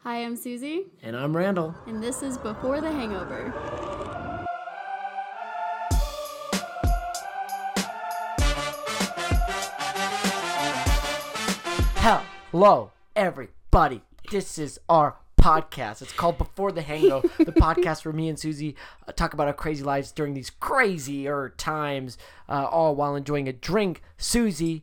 Hi, I'm Susie, And I'm Randall. and this is Before the Hangover. Hello, everybody. This is our podcast. It's called Before the Hangover, the podcast where me and Susie uh, talk about our crazy lives during these crazier times, uh, all while enjoying a drink. Susie,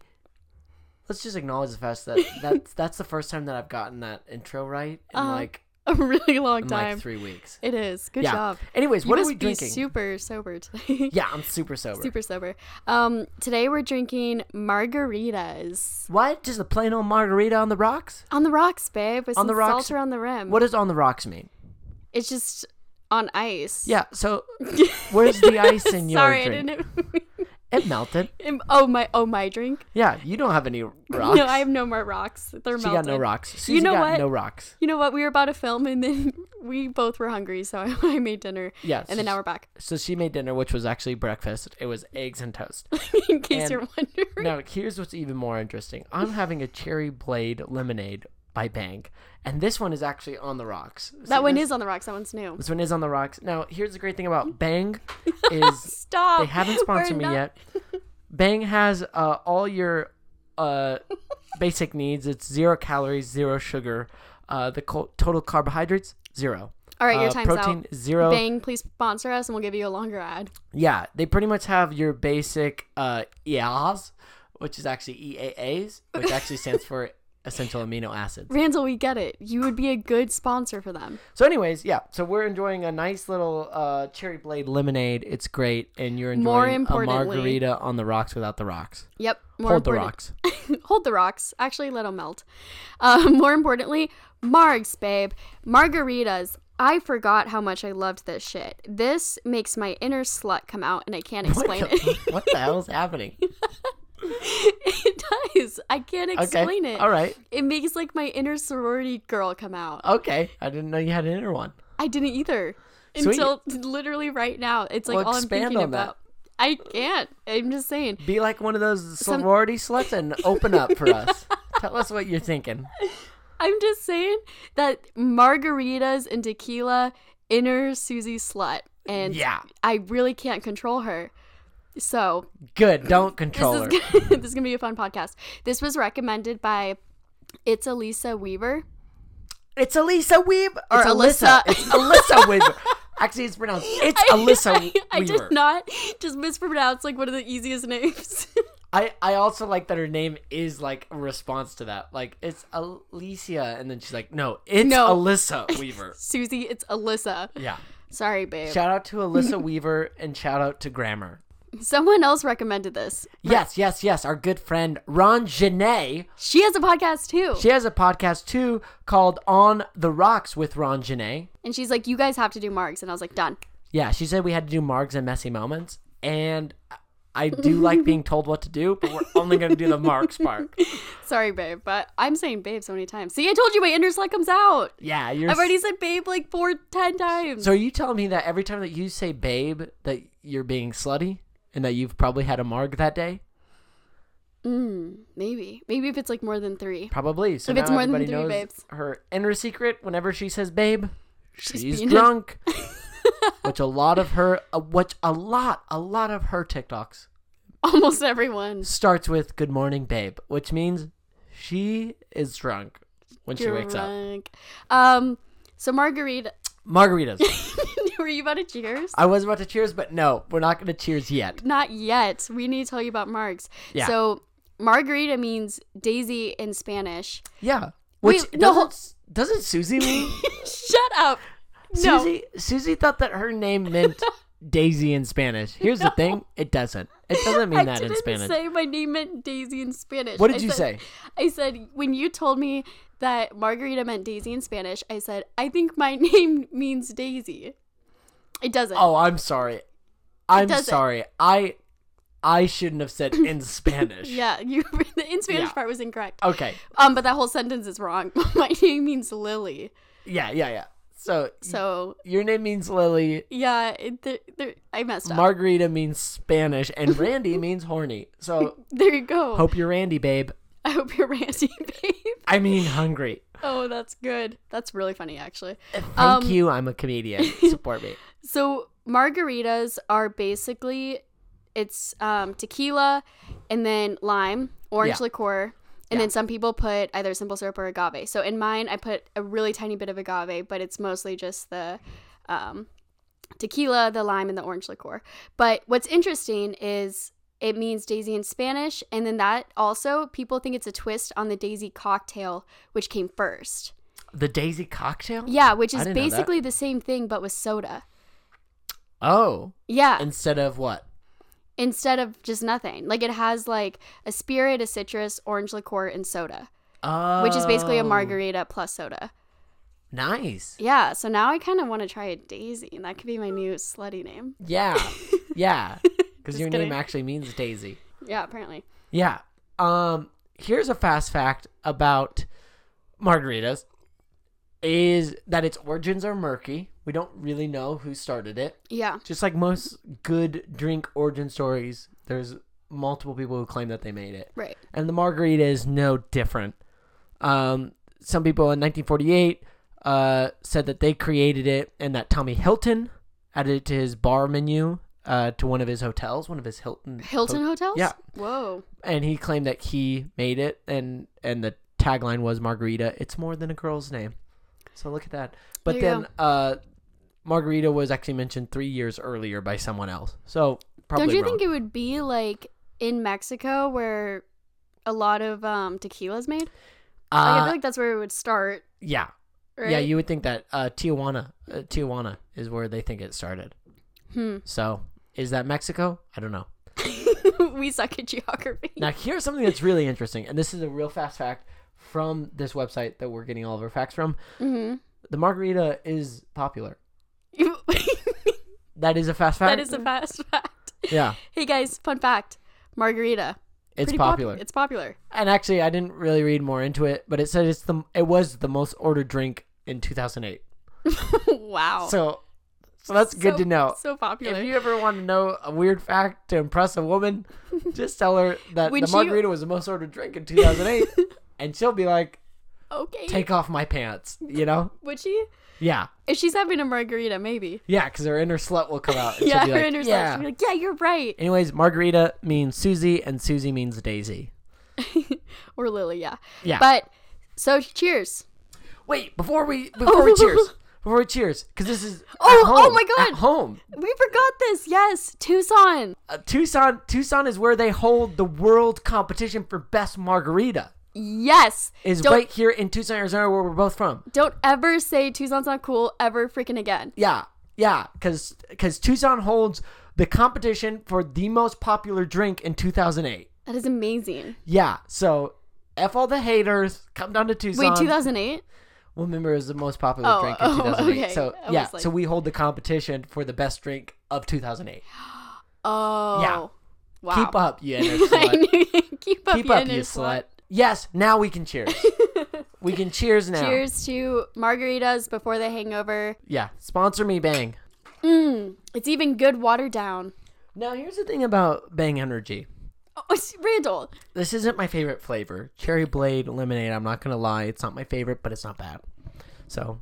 let's just acknowledge the fact that that's, that's the first time that I've gotten that intro right in Uh-huh. like A really long in time. like three weeks. It is. Good yeah. job. Anyways, You what are must we be drinking? super sober today. yeah, I'm super sober. super sober. Um, today we're drinking margaritas What? Just a plain old margarita on the rocks? on the rocks, babe. With On some the rocks? salt around the rim. What does on the rocks mean? It's just on ice. Yeah, so where's the ice in your Sorry, drink? I didn't. It melted. Im- oh my! Oh my drink. Yeah, you don't have any rocks. No, I have no more rocks. They're She melted. got no rocks. Susie know got what? no rocks. You know what? We were about to film, and then we both were hungry, so I, I made dinner. Yeah, And then so- now we're back. So she made dinner, which was actually breakfast. It was eggs and toast. in case And- you're wondering. now, here's what's even more interesting. I'm having a cherry blade lemonade by Bank, and this one is actually on the rocks. So that one this- is on the rocks. That one's new. This one is on the rocks. Now, here's the great thing about Bang, is Stop. They haven't sponsored me yet. Bang has uh, all your uh, basic needs. It's zero calories, zero sugar. Uh, the co- total carbohydrates zero. All right, your Uh, time's protein out. zero. Bang, please sponsor us, and we'll give you a longer ad. Yeah, they pretty much have your basic uh, EAAs, which is actually EAAs, which actually stands for essential amino acids. Randall, we get it. You would be a good sponsor for them. So, anyways, yeah. So we're enjoying a nice little uh, cherry blade lemonade. It's great, and you're More enjoying a importantly- margarita on the rocks without the rocks. Yep. More Hold the important- rocks. Hold the rocks. Actually, let them melt. Uh, more importantly, margs, babe. Margaritas. I forgot how much I loved this shit. This makes my inner slut come out, and I can't explain what it. the, what the hell is happening? it does. I can't explain okay. it. All right. It makes like my inner sorority girl come out. Okay. I didn't know you had an inner one. I didn't either Sweet. until literally right now. It's like Well, all I'm expand thinking on that. about. I can't. I'm just saying. Be like one of those sorority sluts and open up for us. Tell us what you're thinking. I'm just saying that margaritas and tequila inner Susie slut, and Yeah. I really can't control her. So Good. Don't this control is her. gonna, this is gonna be a fun podcast. This was recommended by it's Elisa Weaver. It's Elisa Weaver. Or It's Alyssa. Alyssa. It's Alyssa Weaver. Actually, it's pronounced. It's Alyssa Weaver. I did not just mispronounce like one of the easiest names. I, I also like that her name is like a response to that. Like, it's Alicia. And then she's like, no, it's No. Alyssa Weaver. Susie, it's Alyssa. Yeah. Sorry, babe. Shout out to Alyssa Weaver and shout out to Grammar. Someone else recommended this. Yes, yes, yes. Our good friend Ron Janae. She has a podcast too. She has a podcast too called On the Rocks with Ron Janae. and she's like, You guys have to do marks. And I was like, Done. Yeah, she said we had to do margs and messy moments. And I do like being told what to do, but we're only going to do the marks part. Sorry, babe. But I'm saying babe so many times. See, I told you my inner slut comes out. Yeah, you're. I've already said babe like four, ten times. so are you telling me that every time that you say babe, that you're being slutty and that you've probably had a marg that day? Mm, maybe. Maybe if it's like more than three. Probably. So If it's now more than everybody three knows babes. her inner secret whenever she says babe, she's, being a- drunk. which a lot of her, uh, which a lot, a lot of her TikToks Almost everyone. starts with "Good morning, babe," which means she is drunk when she wakes up. Drunk. Um, so Margarita, Margaritas. were you about to cheers? I was about to cheers, but no, we're not going to cheers yet. Not yet. We need to tell you about marks. Yeah. So margarita means daisy in Spanish. Yeah. Which Wait, no, doesn't, hold- doesn't Susie mean? Shut up. No. Susie Susie thought that her name meant Daisy in Spanish. Here's the thing, it doesn't. It doesn't mean I that didn't in Spanish. say my name meant Daisy in Spanish. What did I you said- say? I said when you told me that margarita meant Daisy in Spanish, I said I think my name means Daisy. It doesn't. Oh, I'm sorry. I'm doesn't. sorry. I I shouldn't have said in Spanish. Yeah, you the in Spanish Yeah. Oh. part was incorrect. Okay. Um, but that whole sentence is wrong. my name means Lily. Yeah, yeah, yeah. So, So your name means Lily, yeah, it, there there I messed up. Margarita means Spanish, and Randy means horny. So there you go. hope you're Randy, babe. I hope you're ranty, babe. I mean, hungry. Oh, that's good. That's really funny, actually. Thank Um, you. I'm a comedian. Support me. So margaritas are basically it's um, tequila and then lime, orange Yeah. liqueur, and then some people put either simple syrup or agave. So in mine, I put a really tiny bit of agave, but it's mostly just the um, tequila, the lime, and the orange liqueur. But what's interesting is it means daisy in Spanish, and then that also people think it's a twist on the daisy cocktail, which came first. The Daisy cocktail. Yeah, which I is didn't know that. basically the same thing but with soda. Oh, Yeah. instead of what? instead of just nothing. Like it has like a spirit, a citrus, orange liqueur, and soda, Oh, which is basically a margarita plus soda. Nice. Yeah, so now I kind of want to try a daisy, and that could be my new slutty name. Yeah, yeah. Because Just your kidding. name actually means Daisy. Yeah, apparently. Yeah. Um. Here's a fast fact about margaritas: is that its origins are murky. We don't really know who started it. Yeah, Just like most good drink origin stories, there's multiple people who claim that they made it. right. and the margarita is no different. Um, some people in 1948 uh, said that they created it and that Tommy Hilton added it to his bar menu uh, to one of his hotels, one of his Hilton. Hilton Hotels? Yeah. Whoa. and he claimed that he made it, and and the tagline was "Margarita, it's more than a girl's name." So look at that. But There you then uh, Margarita was actually mentioned three years earlier by someone else. So probably Don't you wrong. think it would be like in Mexico where a lot of um, tequila is made? Like, I uh, feel like that's where it would start, yeah. right? Yeah, you would think that uh, Tijuana, uh, Tijuana is where they think it started. Hmm. So, is that Mexico? I don't know. Hmm. we suck at geography. Now, here's something that's really interesting, and this is a real fast fact from this website that we're getting all of our facts from. hmm The margarita is popular. That is a fast fact. that is a fast fact. yeah, Hey guys, fun fact. Margarita. it's Pretty popu- popular. it's popular. and actually, I didn't really read more into it, but it said it's the it was the most ordered drink in 2008. wow. So, so that's good to know. Oh. So If popular. you ever want to know a weird fact to impress a woman, just tell her that When the she- margarita was the most ordered drink in 2008, and she'll be like, okay. "Take off my pants," you know? Would she? Yeah, If she's having a margarita, maybe. yeah, because her inner slut will come out. And Yeah, she'll be her like, inner self, yeah. she'd be like, yeah, you're right. Anyways, margarita means Susie, and Susie means Daisy. Or Lily, yeah. Yeah. But so cheers. Wait, before we before we cheers, before we cheers, because this is Oh, at home, oh my God. at home. We forgot this. Yes, Tucson. Uh, Tucson, Tucson is where they hold the world competition for best margarita. Yes. Is don't right here in Tucson, Arizona, where we're both from. don't ever say Tucson's not cool ever freaking again. Yeah, yeah, because Tucson holds the competition for the most popular drink in 2008. That is amazing. Yeah, so f all the haters, come down to Tucson. Wait, 2008? Well, remember, it was the most popular Oh, drink in oh, 2008. okay. So I yeah, was like- so we hold the competition for the best drink of 2008. Oh. Wow. Keep up, you inner I slut. knew- Keep up, Keep you up, inner you slut. slut. Yes, now we can cheers. we can cheers now. Cheers to margaritas before the hangover. Yeah, sponsor me, Bang. Mm, it's even good watered down. Now here's the thing about Bang Energy. Oh, it's Randall. This isn't my favorite flavor. Cherry Blade lemonade, I'm not going to lie. It's not my favorite, but it's not bad. So,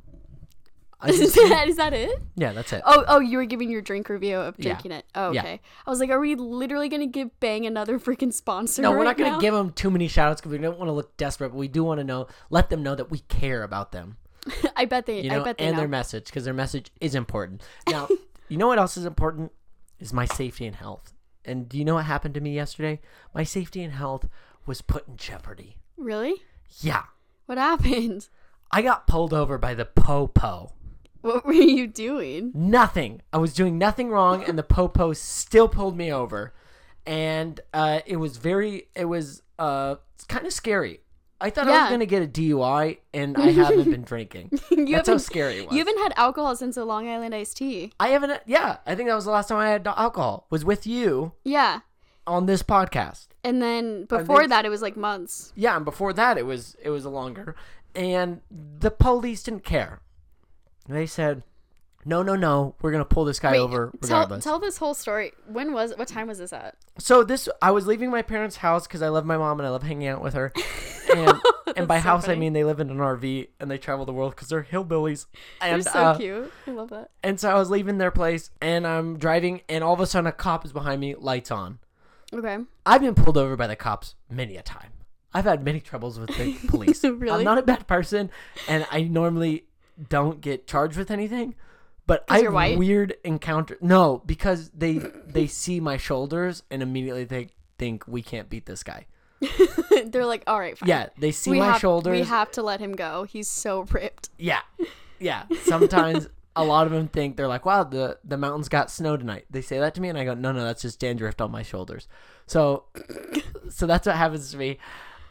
I Is just- that, is that it? yeah, that's it. Oh, oh, you were giving your drink review of Yeah. drinking it. Oh, Yeah. okay. I was like, are we literally going to give Bang another freaking sponsor? no, we're right not going now? to give them too many shout outs because we don't want to look desperate, but we do want to know, let them know that we care about them, I bet they. you know, I bet they and know. their message because their message is important. Now, you know what else is important? Is my safety and health. And do you know what happened to me yesterday? My safety and health was put in jeopardy. really? Yeah. What happened? I got pulled over by the po-po. What were you doing? nothing. I was doing nothing wrong, and the popo still pulled me over, and uh, it was very, it was uh, kind of scary. I thought I Yeah. was gonna get a DUI, and I haven't been drinking. You That's how haven't- scary it was. You haven't had alcohol since the Long Island iced tea. I haven't. Yeah, I think that was the last time I had alcohol. Was with you Yeah. on this podcast. And then before think- that, it was like months. Yeah, and before that, it was it was longer, and the police didn't care. They said, no, no, no, we're gonna pull this guy over tell, regardless. tell this whole story. When was what time was this at? so this, I was leaving my parents' house because I love my mom and I love hanging out with her. And, and by so house I funny. mean they live in an RV and they travel the world because they're hillbillies. They're And, so uh, cute. I love that. And so I was leaving their place and I'm driving and all of a sudden a cop is behind me, lights on. Okay. I've been pulled over by the cops many a time. I've had many troubles with the police. Really? I'm not a bad person, and I normally don't get charged with anything. But I you're white? have weird encounter. No, because they they see my shoulders and immediately they think we can't beat this guy. They're like, all right, fine. Yeah, they see we my have, shoulders. We have to let him go. He's so ripped. Yeah, yeah. Sometimes a lot of them think they're like, "Wow, the the mountains got snow tonight." They say that to me, and I go, "No, no, that's just dandruff on my shoulders." So, so that's what happens to me.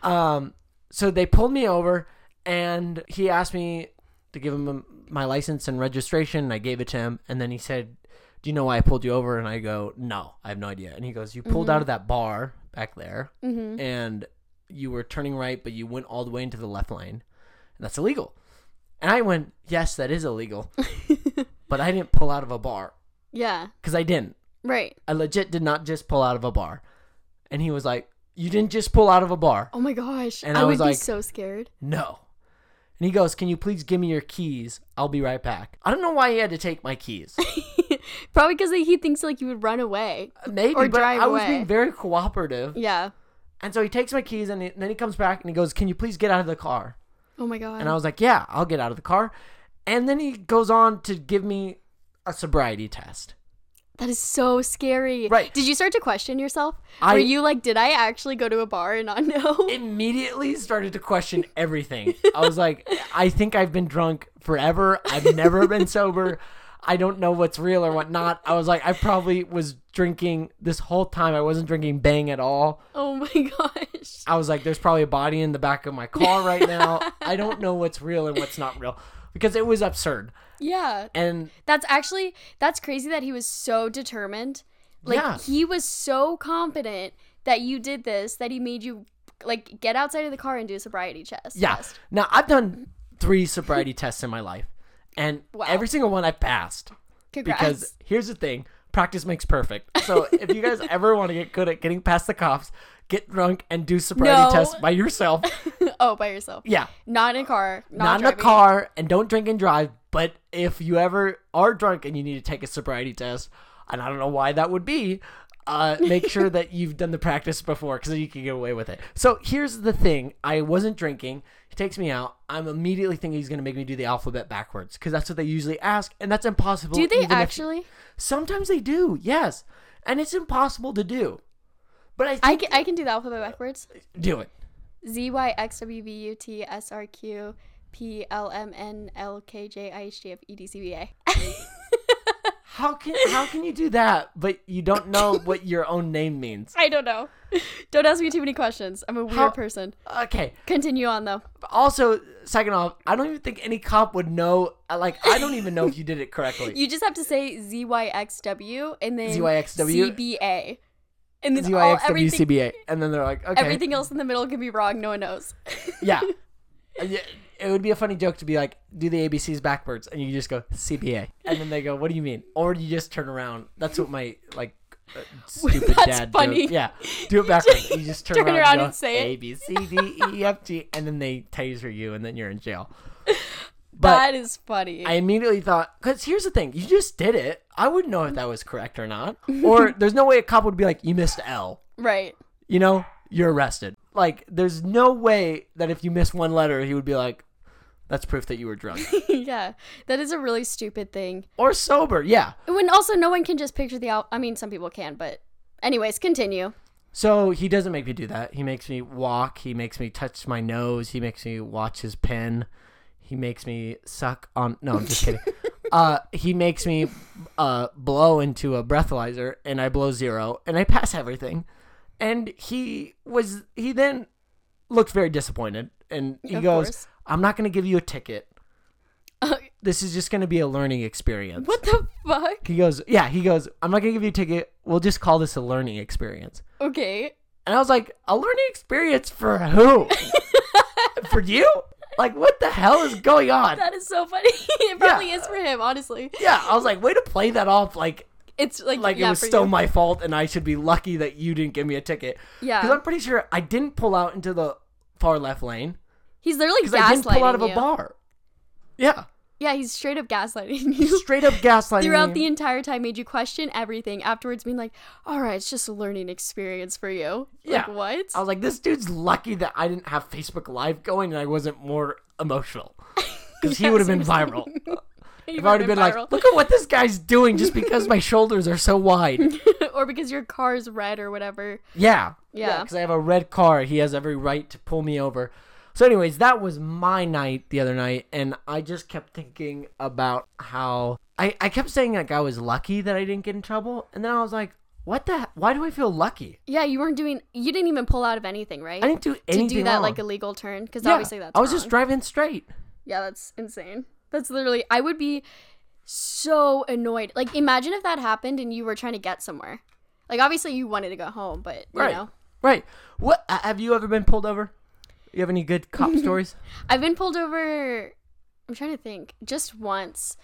Um, so they pulled me over, and he asked me to give him my license and registration. And I gave it to him, and then he said, "Do you know why I pulled you over?" And I go, "No, I have no idea." And he goes, "You pulled out of that bar back there, Mm-hmm. and you were turning right, but you went all the way into the left lane, and that's illegal. And I went, yes, that is illegal, but I didn't pull out of a bar yeah. because I didn't. Right. I legit did not just pull out of a bar. And he was like, you didn't just pull out of a bar. Oh my gosh. And I, I would was be like- so scared. No. And he goes, can you please give me your keys? I'll be right back. I don't know why he had to take my keys. Probably because he thinks like you would run away. Maybe, Or but drive I was away. being very cooperative. Yeah. And so he takes my keys and, he- and then he comes back and he goes, can you please get out of the car? Oh my god. And I was like, yeah, I'll get out of the car. And then he goes on to give me a sobriety test. that is so scary. Right. Did you start to question yourself? I- Were you like, did I actually go to a bar and not know? Immediately started to question everything. I was like, I think I've been drunk forever. I've never been sober. I don't know what's real or what not. I was like, I probably was drinking this whole time. I wasn't drinking bang at all. oh my gosh. I was like, there's probably a body in the back of my car right now. I don't know what's real and what's not real because it was absurd. Yeah. And That's actually that's crazy that he was so determined. Like Yeah. he was so confident that you did this that he made you like get outside of the car and do a sobriety chest. Yeah. test. Now I've done three sobriety tests in my life, and Wow. every single one I passed. Congrats. Because here's the thing: practice makes perfect. So if you guys ever want to get good at getting past the cops, get drunk and do sobriety No. tests by yourself. oh, by yourself. Yeah. Not in a car. Not Not, in a driving. car, and don't drink and drive. But if you ever are drunk and you need to take a sobriety test, and I don't know why that would be, uh, make sure that you've done the practice before because you can get away with it. So here's the thing: I wasn't drinking. He takes me out. I'm immediately thinking he's going to make me do the alphabet backwards because that's what they usually ask, and that's impossible. Do they even if- actually? Sometimes they do, yes, and it's impossible to do. But I think I can, I can do the alphabet backwards. do it. Z Y X W B U T S R Q P L M N L K J I H J F E D C B A. How can how can you do that? But you don't know what your own name means. I don't know. Don't ask me too many questions. I'm a weird How- person. Okay. Continue on though. Also, second off, I don't even think any cop would know. Like, I don't even know if you did it correctly. You just have to say ZYXW and then ZYXW? CBA. And then all, oh, everything, ZYXWCBA, and then they're like, okay, everything else in the middle can be wrong. No one knows. yeah. Uh, yeah, It would be a funny joke to be like, do the ABCs backwards, and you just go CBA, and then they go, what do you mean? Or you just turn around. That's what my like uh, stupid That's dad. funny. Joke. Yeah, do it backwards. You just turn, turn around, around and, go, and say it. A B C D E F G, and then they taser you, and then you're in jail. But that is funny. I immediately thought, because here's the thing, you just did it. I wouldn't know if that was correct or not. Or there's no way a cop would be like, you missed L. right. You know, you're arrested. Like, there's no way that if you miss one letter, he would be like, that's proof that you were drunk yeah. That is a really stupid thing. or sober. Yeah. When also no one can just picture the out. I mean, some people can, but anyways, continue. So he doesn't make me do that. He makes me walk. He makes me touch my nose. He makes me watch his pen. He makes me suck on. No, I'm just kidding. uh, he makes me uh, blow into a breathalyzer, and I blow zero, and I pass everything. And he was. He then looked very disappointed, and he Of goes, course. "I'm not going to give you a ticket. This is just going to be a learning experience." Uh, what the fuck? He goes, "Yeah." He goes, "I'm not going to give you a ticket. We'll just call this a learning experience." Okay. And I was like, a learning experience for who? for you? Like, what the hell is going on? That is so funny. it probably is for him, honestly. Yeah, I was like, way to play that off like It's like like yeah, it was for still you. my fault and I should be lucky that you didn't give me a ticket. Because yeah. I'm pretty sure I didn't pull out into the far left lane. He's literally Because I didn't gaslighting pull out of you. a bar. Yeah. Yeah, he's straight up gaslighting you. Straight up gaslighting. Throughout me. the entire time, made you question everything. Afterwards, being like, "All right, it's just a learning experience for you." Yeah. Like, I what? was like, this dude's lucky that I didn't have Facebook Live going and I wasn't more emotional. Because he Yeah, would have been viral. seriously. I've already been like, look at what this guy's doing just because my shoulders are so wide. or because your car's red or whatever. Yeah. Yeah. Because I have a red car. He has every right to pull me over. So, anyways, that was my night the other night. And I just kept thinking about how I, I kept saying like I was lucky that I didn't get in trouble. And then I was like, what the? he- Why do I feel lucky? Yeah, you weren't doing. You didn't even pull out of anything, right? I didn't do to anything do that wrong. like illegal turn because Yeah, obviously that's I was wrong. just driving straight. yeah that's insane that's literally i would be so annoyed like imagine if that happened and you were trying to get somewhere like obviously you wanted to go home but you Right. know Right. What uh, have you ever been pulled over? You have any good cop stories? i've been pulled over i'm trying to think just once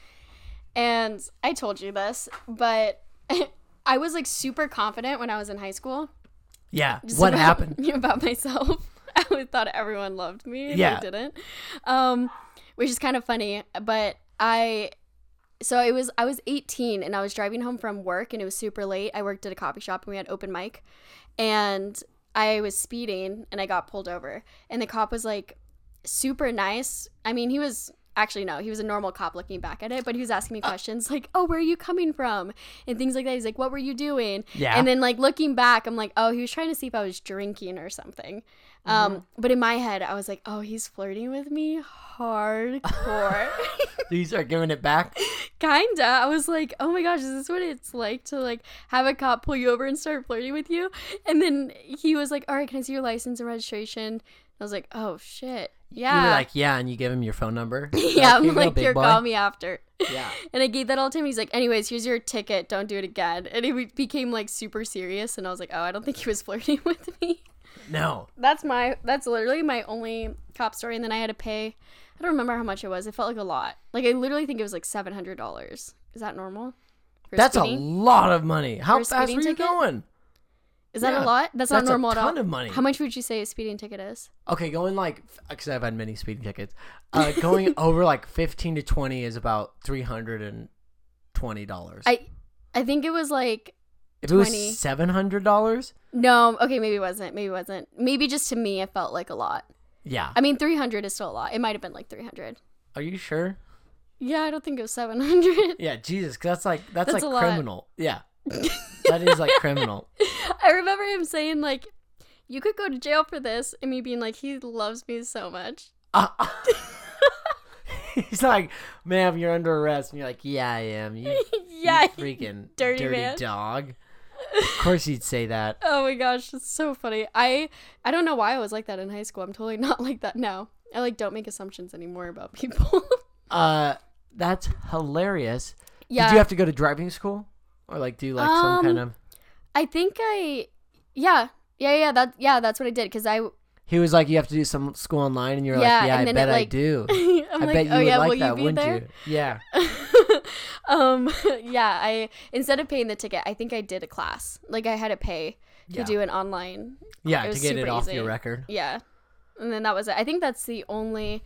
and i told you this but i was like super confident when i was in high school Yeah. just what about- happened? about myself. I always thought everyone loved me. and Yeah. they didn't. Um, which is kind of funny, but I. So it was I was 18 and I was driving home from work and it was super late. I worked at a coffee shop and we had open mic, and I was speeding and I got pulled over and the cop was like super nice. I mean he was actually no he was a normal cop looking back at it but he was asking me questions like oh where are you coming from and things like that he's like what were you doing Yeah. and then like looking back, I'm like, oh, he was trying to see if I was drinking or something. Um, but in my head, I was like, oh, he's flirting with me hardcore. These are giving it back. Kinda. I was like, oh my gosh, is this what it's like to like have a cop pull you over and start flirting with you? And then he was like, all right, can I see your license and registration? I was like, oh shit, You yeah, were like, yeah, and you give him your phone number. yeah. Here I'm you go, like, big here, boy." call me after. Yeah. And I gave that all to him. He's like, anyways, here's your ticket. Don't do it again. And it became like super serious. And I was like, oh, I don't think he was flirting with me. No. that's my that's literally my only cop story and then i had to pay i don't remember how much it was it felt like a lot like i literally think it was like $700 is that normal For That's a speeding? lot of money. How For a fast speeding were you ticket? going? is that a yeah, lot that's, not that's a normal at ton all of money. how much would you say a speeding ticket is Okay, going like because I've had many speeding tickets. Uh, going over like fifteen to twenty is about three hundred and twenty dollars. i i think it was like If it 20. was seven hundred dollars, no okay maybe it wasn't maybe it wasn't maybe just to me it felt like a lot yeah. i mean 300 is still a lot it might have been like 300 Are you sure? yeah i don't think it was 700 Yeah, Jesus, 'cause that's like that's, That's a like lot. criminal. Yeah, that is like criminal. i remember him saying like you could go to jail for this and me being like he loves me so much Uh, he's like, ma'am, you're under arrest, and you're like, yeah, I am. You, yeah you freaking dirty dirty, man. dog. Of course, he'd say that. Oh my gosh, that's so funny. I I don't know why I was like that in high school. I'm totally not like that now. I like don't make assumptions anymore about people. Uh, that's hilarious. yeah. Did you have to go to driving school, or like do like some kind Um, of? I think I yeah. Yeah, yeah, that yeah, that's what I did cuz I He was like, you have to do some school online, and you're Yeah, like, yeah, and I then bet it, I like- do. I'm I like, bet you "Oh would yeah, like will that, you be wouldn't there?" you? Yeah. um yeah, I instead of paying the ticket, I think I did a class. Like I had to pay to Yeah. do an online. Yeah, to was get it super off easy. your record. Yeah. And then that was it. I think that's the only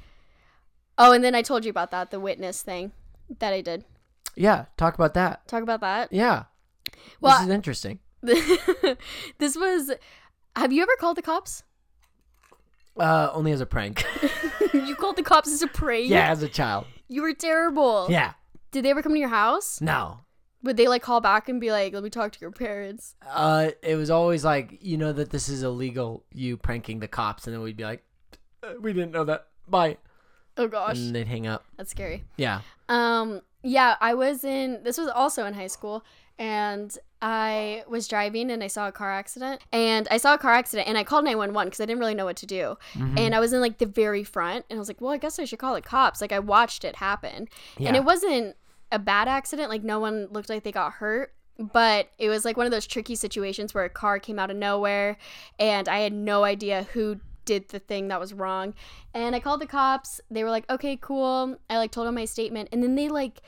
Oh, and then I told you about that, the witness thing that I did. Yeah, talk about that. Talk about that. Yeah. Well, this is interesting. this was have you ever called the cops Uh, only as a prank. you called the cops as a prank yeah, as a child. you were terrible Yeah. did they ever come to your house No. would they like call back and be like let me talk to your parents Uh, it was always like, you know that this is illegal, you pranking the cops, and then we'd be like, "Uh, we didn't know that. Bye. oh gosh And they'd hang up. that's scary Yeah. um yeah i was in this was also in high school and i was driving and i saw a car accident and i saw a car accident and i called 911 because i didn't really know what to do Mm-hmm. and i was in like the very front and i was like well i guess i should call the cops like i watched it happen Yeah. and it wasn't a bad accident like no one looked like they got hurt but it was like one of those tricky situations where a car came out of nowhere and i had no idea who did the thing that was wrong. And I called the cops. They were like, okay, cool. I like told them my statement. And then they like,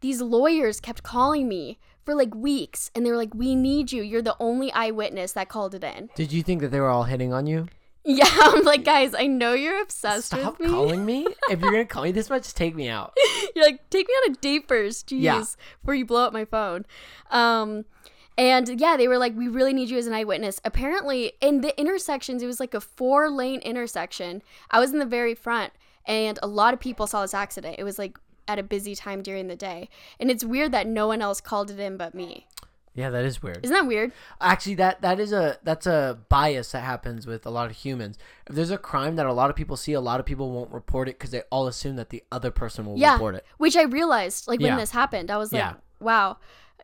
these lawyers kept calling me for like weeks and they were like, we need you. You're the only eyewitness that called it in. Did you think that they were all hitting on you? Yeah, I'm like, guys, I know you're obsessed Stop with me. calling me. If you're gonna call me this much, just take me out. You're like, take me on a date first, jeez, Yeah. before you blow up my phone. Um, and yeah, they were like, we really need you as an eyewitness. Apparently, in the intersections, it was like a four lane intersection. I was in the very front, and a lot of people saw this accident. It was like at a busy time during the day, and it's weird that no one else called it in but me. Yeah, that is weird. Isn't that weird? Actually, that that is a that's a bias that happens with a lot of humans. If there's a crime that a lot of people see, a lot of people won't report it because they all assume that the other person will Yeah, report it. which I realized like when Yeah. this happened. I was like, Yeah. wow.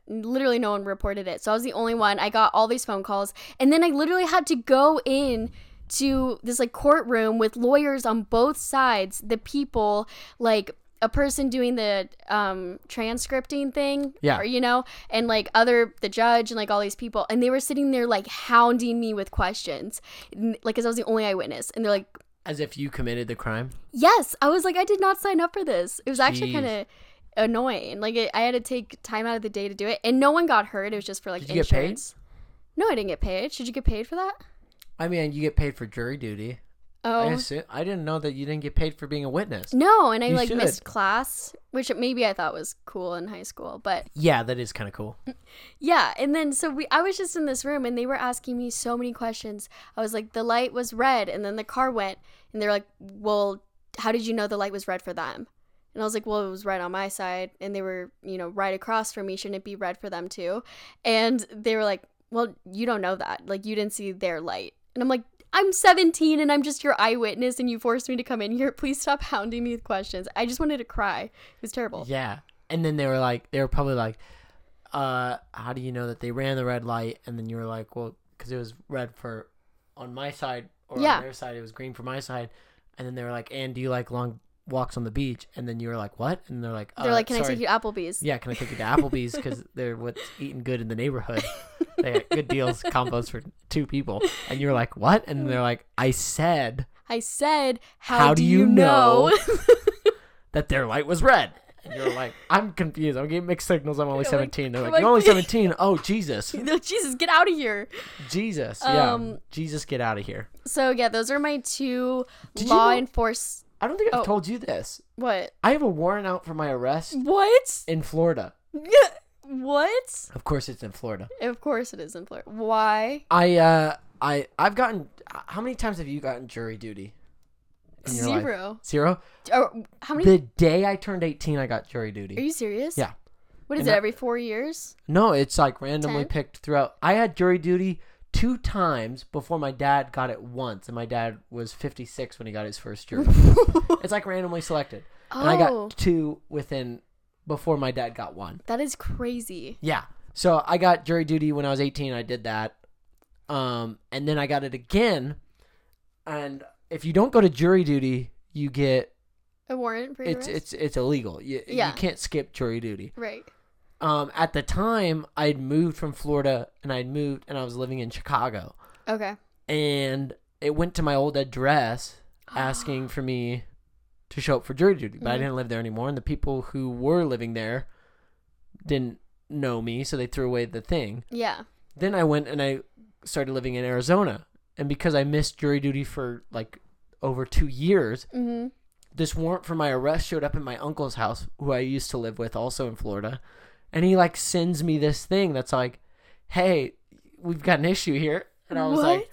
Literally, no one reported it. So I was the only one. I got all these phone calls, and then I literally had to go in to this like courtroom with lawyers on both sides. The people, like a person doing the um transcripting thing, Yeah. or, you know, and like other the judge and like all these people, and they were sitting there like hounding me with questions, n- like because I was the only eyewitness, and they're like, As if you committed the crime. Yes, I was like, I did not sign up for this. It was actually Jeez. kind of annoying. Like, it, I had to take time out of the day to do it, and no one got hurt. It was just for like Did you get paid? insurance. No, I didn't get paid. Should you get paid for that? I mean, you get paid for jury duty. I Oh assume, I didn't know that you didn't get paid for being a witness. no, and I You like should. missed class, which maybe I thought was cool in high school, but Yeah, that is kind of cool. Yeah, and then so we I was just in this room and they were asking me so many questions. I was like, the light was red, and then the car went, and they're like, well, how did you know the light was red for them? And I was like, well, it was red on my side, and they were, you know, right across from me. Shouldn't it be red for them too? And they were like, well, you don't know that. Like, you didn't see their light. And I'm like, I'm 17 and I'm just your eyewitness, and you forced me to come in here. Please stop hounding me with questions. I just wanted to cry. It was terrible. Yeah, and then they were like, they were probably like, uh, how do you know that they ran the red light? And then you were like, well, because it was red for on my side or Yeah. on their side, it was green for my side. And then they were like, and do you like long walks on the beach? And then you were like, what? And they're like, uh, They're like, can sorry. I take you to Applebee's? Yeah, can I take you to Applebee's because they're what's eating good in the neighborhood. They got good deals, combos for two people. And you're like, what? And they're like, I said I said, How, do, you know? that their light was red. And you're like, I'm confused. I'm getting mixed signals. I'm only You're like- 17. They're I'm like, like- you're only 17. Oh, Jesus. No, Jesus, get out of here. Jesus. Yeah. Um, Jesus, get out of here. So, yeah, those are my two Did you law know- enforce. I don't think I've oh. told you this. What? I have a warrant out for my arrest Mm. What? in Florida. what? Of course, it's in Florida. Of course it is in Florida. Why? I, uh, I, I've gotten, how many times have you gotten jury duty? in your life? Zero. Zero? Oh, how many? The day I turned 18, I got jury are duty. you serious? Yeah. What is And it, I- every four years? No, it's like randomly Ten? picked throughout. I had jury duty two times before my dad got it once, and my dad was 56 when he got his first jury. it's like randomly selected. And I Oh. got two within before my dad got one. That is crazy. Yeah. So I got jury duty when I was 18. I did that. Um, and then I got it again. And if you don't go to jury duty, you get A warrant for your it's arrest? it's it's illegal. You, Yeah. you can't skip jury duty. Right. um, at the time I'd moved from Florida and I'd moved and I was living in Chicago Okay. and it went to my old address asking for me to show up for jury duty, but I Mhm. didn't live there anymore and the people who were living there didn't know me, so they threw away the thing. Yeah. Then I went and I started living in Arizona. And because I missed jury duty for like over 2 years, Mm-hmm. this warrant for my arrest showed up at my uncle's house, who I used to live with also in Florida. And he like sends me this thing that's like, hey, we've got an issue here. And I was what? like,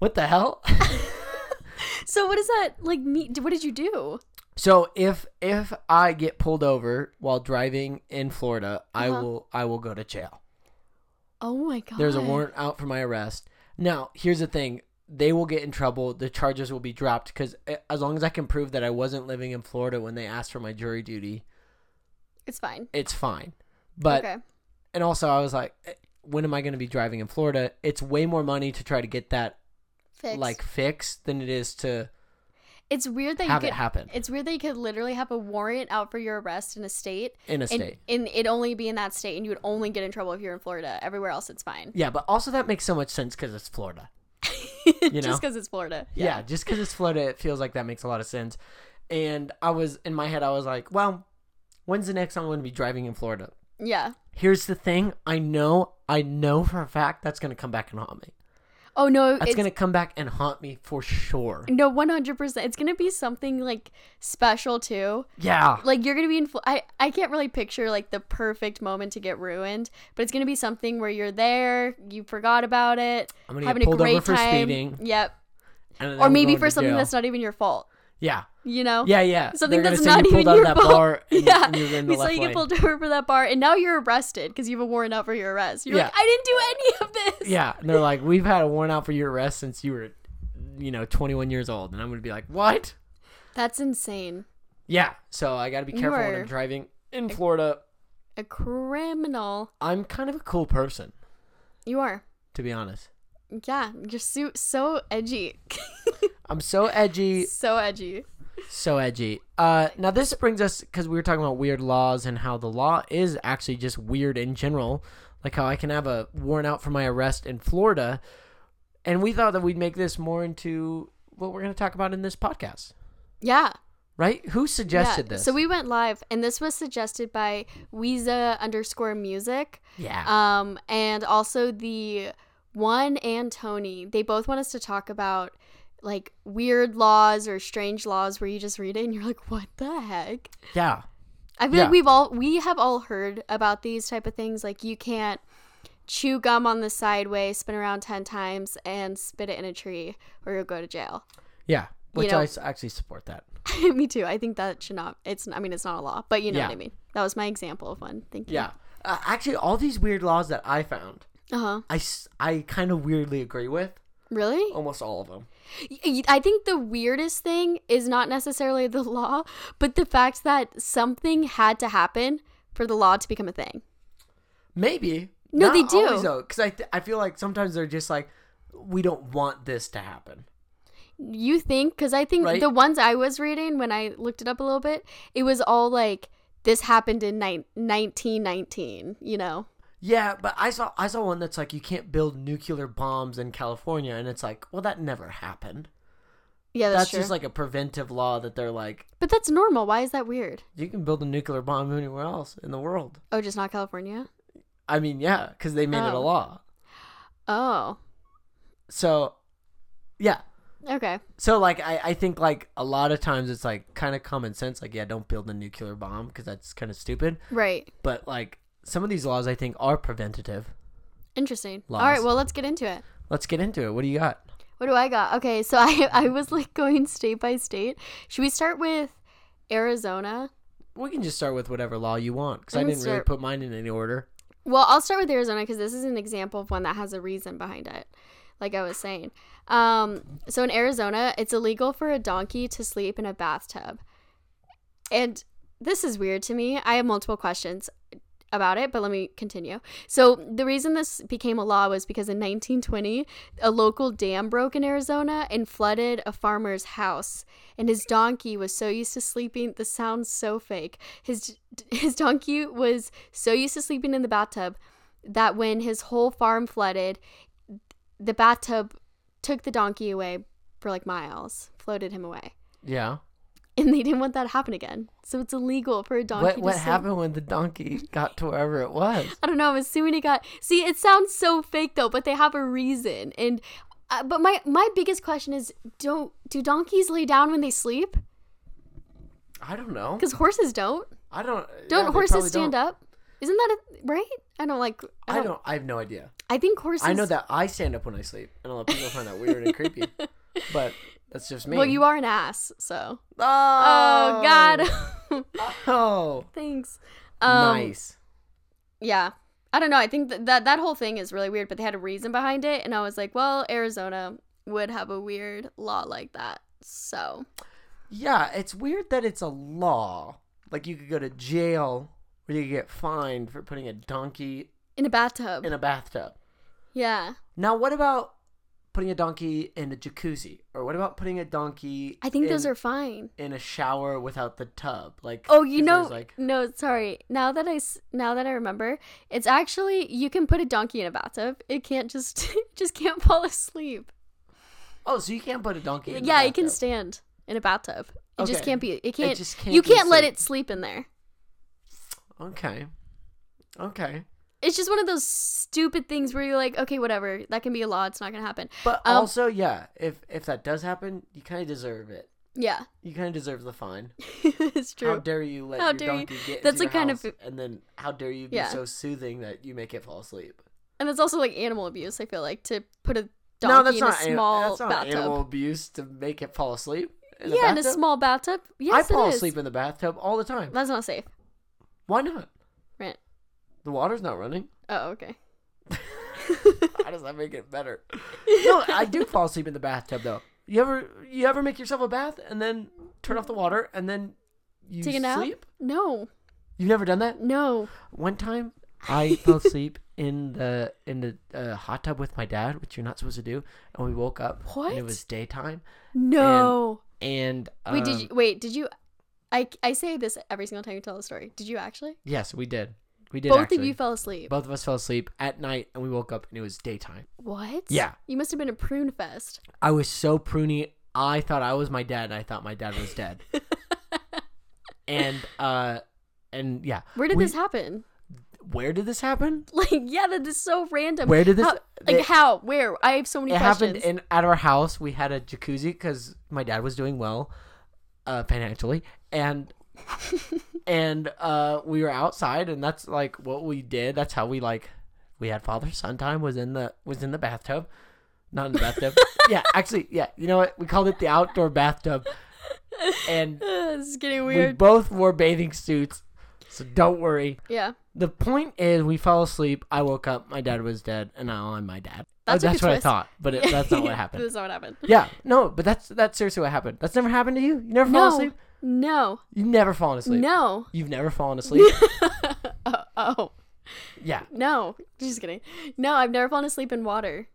what the hell? so what does that like mean? What did you do? so if if I get pulled over while driving in Florida, I Uh-huh. will I will go to jail. Oh my god. There's a warrant out for my arrest. Now, here's the thing. They will get in trouble. The charges will be dropped because as long as I can prove that I wasn't living in Florida when they asked for my jury duty, It's fine. it's fine. But okay. and also I was like, eh, when am I going to be driving in Florida? It's way more money to try to get that Fixed. like fixed than it is to It's weird that you have it could happen It's weird that you could literally have a warrant out for your arrest in a state, in a and, state. and it'd only be in that state, and you would only get in trouble if you're in Florida. Everywhere else, it's fine. Yeah, but also that makes so much sense because it's Florida. You know? just because it's Florida. Yeah, just because it's Florida, it feels like that makes a lot of sense. And I was in my head, I was like, well, when's the next time I'm going to be driving in Florida? Yeah. Here's the thing: I know, I know for a fact that's going to come back and haunt me. Oh no, That's it's going to come back and haunt me for sure. no one hundred percent. It's gonna be something like special too. Yeah, Like you're gonna be in. Fl- I I can't really picture like the perfect moment to get ruined, but it's gonna be something where you're there, you forgot about it, I'm gonna having get pulled a great over for time. speeding, Yep. and then Or I'm maybe going for to something jail. that's not even your fault. yeah, You know. yeah, yeah. Something They're that's gonna say not you even pulled out your of that fault. bar and, yeah, and you're in the we saw left you lane. get pulled over for that bar, and now you're arrested because you have a warrant out for your arrest. You're Yeah. like, I didn't do any of this. Yeah, and they're like, we've had a warrant out for your arrest since you were, you know, 21 years old, and I'm gonna be like, what? That's insane. Yeah, so I gotta be careful when are- I'm driving in Florida. A criminal. I'm kind of a cool person, You are. to be honest. Yeah, you're so, so edgy. I'm so edgy, so edgy. so edgy. Uh, now this brings us because we were talking about weird laws and how the law is actually just weird in general, like how I can have a warrant out for my arrest in Florida, and we thought that we'd make this more into what we're gonna talk about in this podcast, Yeah. right? Who suggested yeah. this? So we went live, and this was suggested by Weeza underscore music. yeah. Um, and also the one and Tony. They both want us to talk about like weird laws or strange laws where you just read it and you're like, what the heck? Yeah. I feel Yeah. like we've all we have all heard about these type of things. Like you can't chew gum on the sideways, spin around ten times, and spit it in a tree, or you'll go to jail. Yeah. Which know- I s- actually support that. Me too. I think that should not. It's. I mean, it's not a law, but you know Yeah. what I mean. That was my example of one. Thank you. Yeah. Uh, actually, all these weird laws that I found, Uh huh. I, s- I kind of weirdly agree with Really? almost all of them. Y- y- I think the weirdest thing is not necessarily the law, but the fact that something had to happen for the law to become a thing. Maybe. No, Not they do. Always, though, because I, th- I feel like sometimes they're just like, we don't want this to happen. You think? Because I think Right? the ones I was reading when I looked it up a little bit, it was all like this happened in ni- 1919. You know? Yeah, but I saw I saw one that's like you can't build nuclear bombs in California, and it's like, well, that never happened. Yeah, that's, That's, true. just like a preventive law that they're like, but that's normal. Why is that weird? you can build a nuclear bomb anywhere else in the world. Oh, just not California. I mean, yeah, because they made it a Oh. law. Oh, So, yeah, okay. So like I, I think like a lot of times it's like kind of common sense like yeah don't build a nuclear bomb because that's kind of stupid Right. but like some of these laws I think are preventative. Interesting. All right. Laws. Well, let's get into it. Let's get into it. What do you got? What do I got? Okay, so I I was like going state by state. Should we start with Arizona? We can just start with whatever law you want because I I'm gonna didn't really start- put mine in any order. Well, I'll start with Arizona because this is an example of one that has a reason behind it, like I was saying. Um, so in Arizona, it's illegal for a donkey to sleep in a bathtub. And this is weird to me. I have multiple questions about it, but let me continue. So the reason this became a law was because in 1920, a local dam broke in Arizona and flooded a farmer's house, and his donkey was so used to sleeping. The sounds so fake. His his donkey was so used to sleeping in the bathtub that when his whole farm flooded, the bathtub took the donkey away for like miles, floated him away. Yeah. And they didn't want that to happen again. So it's illegal for a donkey What to what sleep. happened when the donkey got to wherever it was? I don't know. I'm assuming he got. See, it sounds so fake though, but they have a reason. And uh, but my my biggest question is, don't do donkeys lay down when they sleep? I don't know. Because horses don't. I don't. Don't horses stand up? Isn't that a, right? I don't like. I I don't. don't. I have no idea. I think horses. I know that I stand up when I sleep, and a lot of people find that weird and creepy. But that's just me. Well, you are an ass, so. Oh, Oh, God. Oh, Thanks. Um, nice. Yeah. I don't know. I think that, that that whole thing is really weird, but they had a reason behind it, and I was like, well, Arizona would have a weird law like that, so. Yeah, it's weird that it's a law. Like you could go to jail or you could get fined for putting a donkey In a bathtub. in a bathtub. yeah. Now, what about putting a donkey in a jacuzzi, or what about putting a donkey? I think those in- are fine. in a shower without the tub. Like Oh, you 'cause know, there's, like no, sorry. Now that I s- now that I remember, it's actually you can put a donkey in a bathtub. It can't just it just can't fall asleep. Oh, so you can't put a donkey. In the Yeah, it can bathtub. stand in a bathtub. It just Okay. can't be. It can't. just can't you be can't let sleep. it sleep in there. Okay. Okay. It's just one of those stupid things where you're like, okay, whatever. That can be a law. It's not gonna happen. But Um, also, yeah, if if that does happen, you kind of deserve it. Yeah, You kind of deserve the fine. it's true. How dare you let How your dare you- donkey get That's into a your kind of- house, and then how dare you be Yeah. so soothing that you make it fall asleep? and it's also like animal abuse. I feel like to put a donkey no, that's in not a ani- small that's not bathtub. animal abuse to make it fall asleep. In yeah, a in a bathtub? small bathtub. Yes, I fall it is. asleep in the bathtub all the time. That's not safe. Why not? Right. The water's not running. Oh, okay. How does that make it better? No, I do fall asleep in the bathtub though. You ever you ever make yourself a bath and then turn off the water and then you Take a nap? sleep? No, You've never done that? no. One time I fell asleep in the in the uh, hot tub with my dad, which you're not supposed to do, and we woke up and What? it was daytime No. and um, wait, did you wait? Did you? I I say this every single time you tell the story. Did you actually? Yes, we did. We did Both of actually. you fell asleep. Both of us fell asleep at night and we woke up and it was daytime. What? Yeah. You must have been a prune fest. I was so pruny. I thought I was my dad, and I thought my dad was dead. and uh, and yeah. Where did We- this happen? Where did this happen? Like, yeah, that is so random. Where did this- How, like, it- how? Where? I have so many It questions. happened in at our house. We had a jacuzzi because my dad was doing well, uh, financially, and and uh, we were outside, and that's like what we did. That's how we like we had father son time. Was in the was in the bathtub, not in the bathtub. yeah, actually, yeah. You know what? We called it the outdoor bathtub, and Ugh, this is getting We weird. both wore bathing suits, so don't worry. yeah. The point is, we fell asleep. I woke up. My dad was dead, and now I'm my dad. That's Oh, a that's good what twist. I thought, but it, that's not what happened. that's not what happened. yeah, no, but that's that's seriously what happened. That's never happened to you. You never fall No. asleep. No. You've never fallen asleep. No. You've never fallen asleep. Oh, oh. yeah, No. Just kidding. No, I've never fallen asleep in water.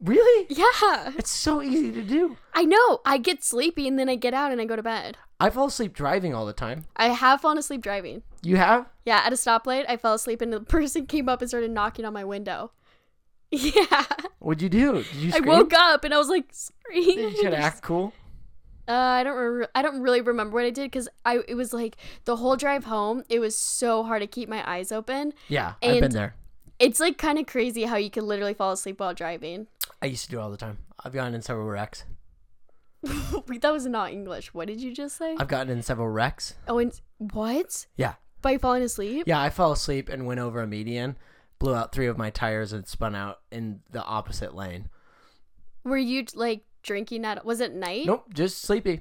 really? Yeah. It's so easy to do. I know. I get sleepy and then I get out and I go to bed. I fall asleep driving all the time. I have fallen asleep driving. You have? Yeah, at a stoplight, I fell asleep and the person came up and started knocking on my window. Yeah. What'd you do? Did you I scream? woke up and I was like, Did screaming. you try to act cool? Uh, I don't remember. I don't really remember what I did because I it was like the whole drive home. It was so hard to keep my eyes open. Yeah, I've And- been there. It's like kind of crazy how you could literally fall asleep while driving. I used to do it all the time. I've gotten in several wrecks. Wait, that was not English. What did you just say? I've gotten in several wrecks. oh, and what? Yeah, By falling asleep? Yeah, I fell asleep and went over a median, blew out three of my tires, and spun out in the opposite lane. Were you like drinking at? Was it night? Nope, just sleepy.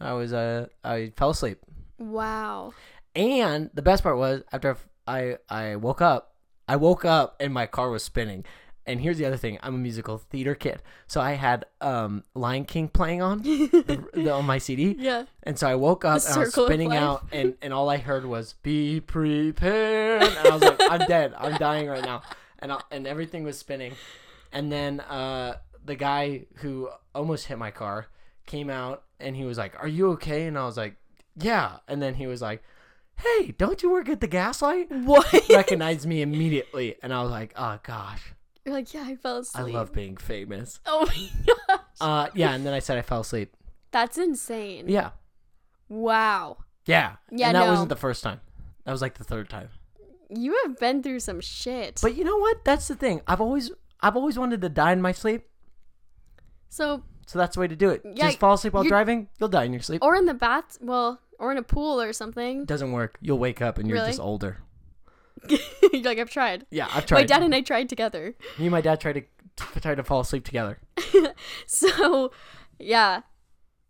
I was uh, I fell asleep, Wow. and the best part was after I I woke up, I woke up and my car was spinning. And here's the other thing: I'm a musical theater kid, so I had um, Lion King playing on the, the- on my CD. Yeah. And so I woke up The and I was circle of spinning life. out, and, and all I heard was "Be prepared," and I was like, "I'm dead. I'm dying right now," and I, and everything was spinning, and then uh, the guy who almost hit my car came out, and he was like, "Are you okay?" And I was like, "Yeah," and then he was like, "Hey, don't you work at the gaslight?" What? Recognized me immediately, and I was like, "Oh gosh, You're like, yeah, I fell I asleep. love being famous." Oh my god, Uh, yeah, and then I said I fell asleep. that's insane. Yeah, Wow, yeah, Yeah, And that no. wasn't the first time. That was like the third time. you have been through some shit. But you know what? That's the thing. I've always I've always wanted to die in my sleep. so, So that's the way to do it. Yeah, Just fall asleep while you're- Oh. driving. You'll die in your sleep. or in the bath, well, or in a pool or something. Doesn't work. You'll wake up and you're Really? just older. You're like I've tried. Yeah, I've tried. My dad and I tried together. Me and my dad tried to t- tried to fall asleep together. So, yeah,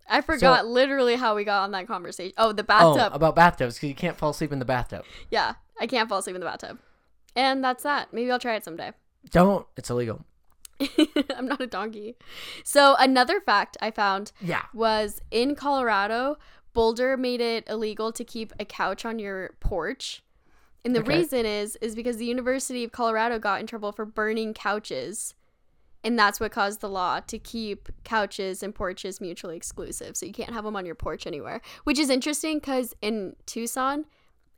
I forgot literally how we got on that conversation. Oh, the bathtub. Oh, about bathtubs because you can't fall asleep in the bathtub. yeah, I can't fall asleep in the bathtub, and that's that. Maybe I'll try it someday. Don't. It's illegal. I'm not a donkey. So another fact I found Yeah. was in Colorado, Boulder made it illegal to keep a couch on your porch. And the Okay. reason is is because the University of Colorado got in trouble for burning couches. And that's what caused the law to keep couches and porches mutually exclusive. So you can't have them on your porch anywhere, which is interesting cuz in Tucson,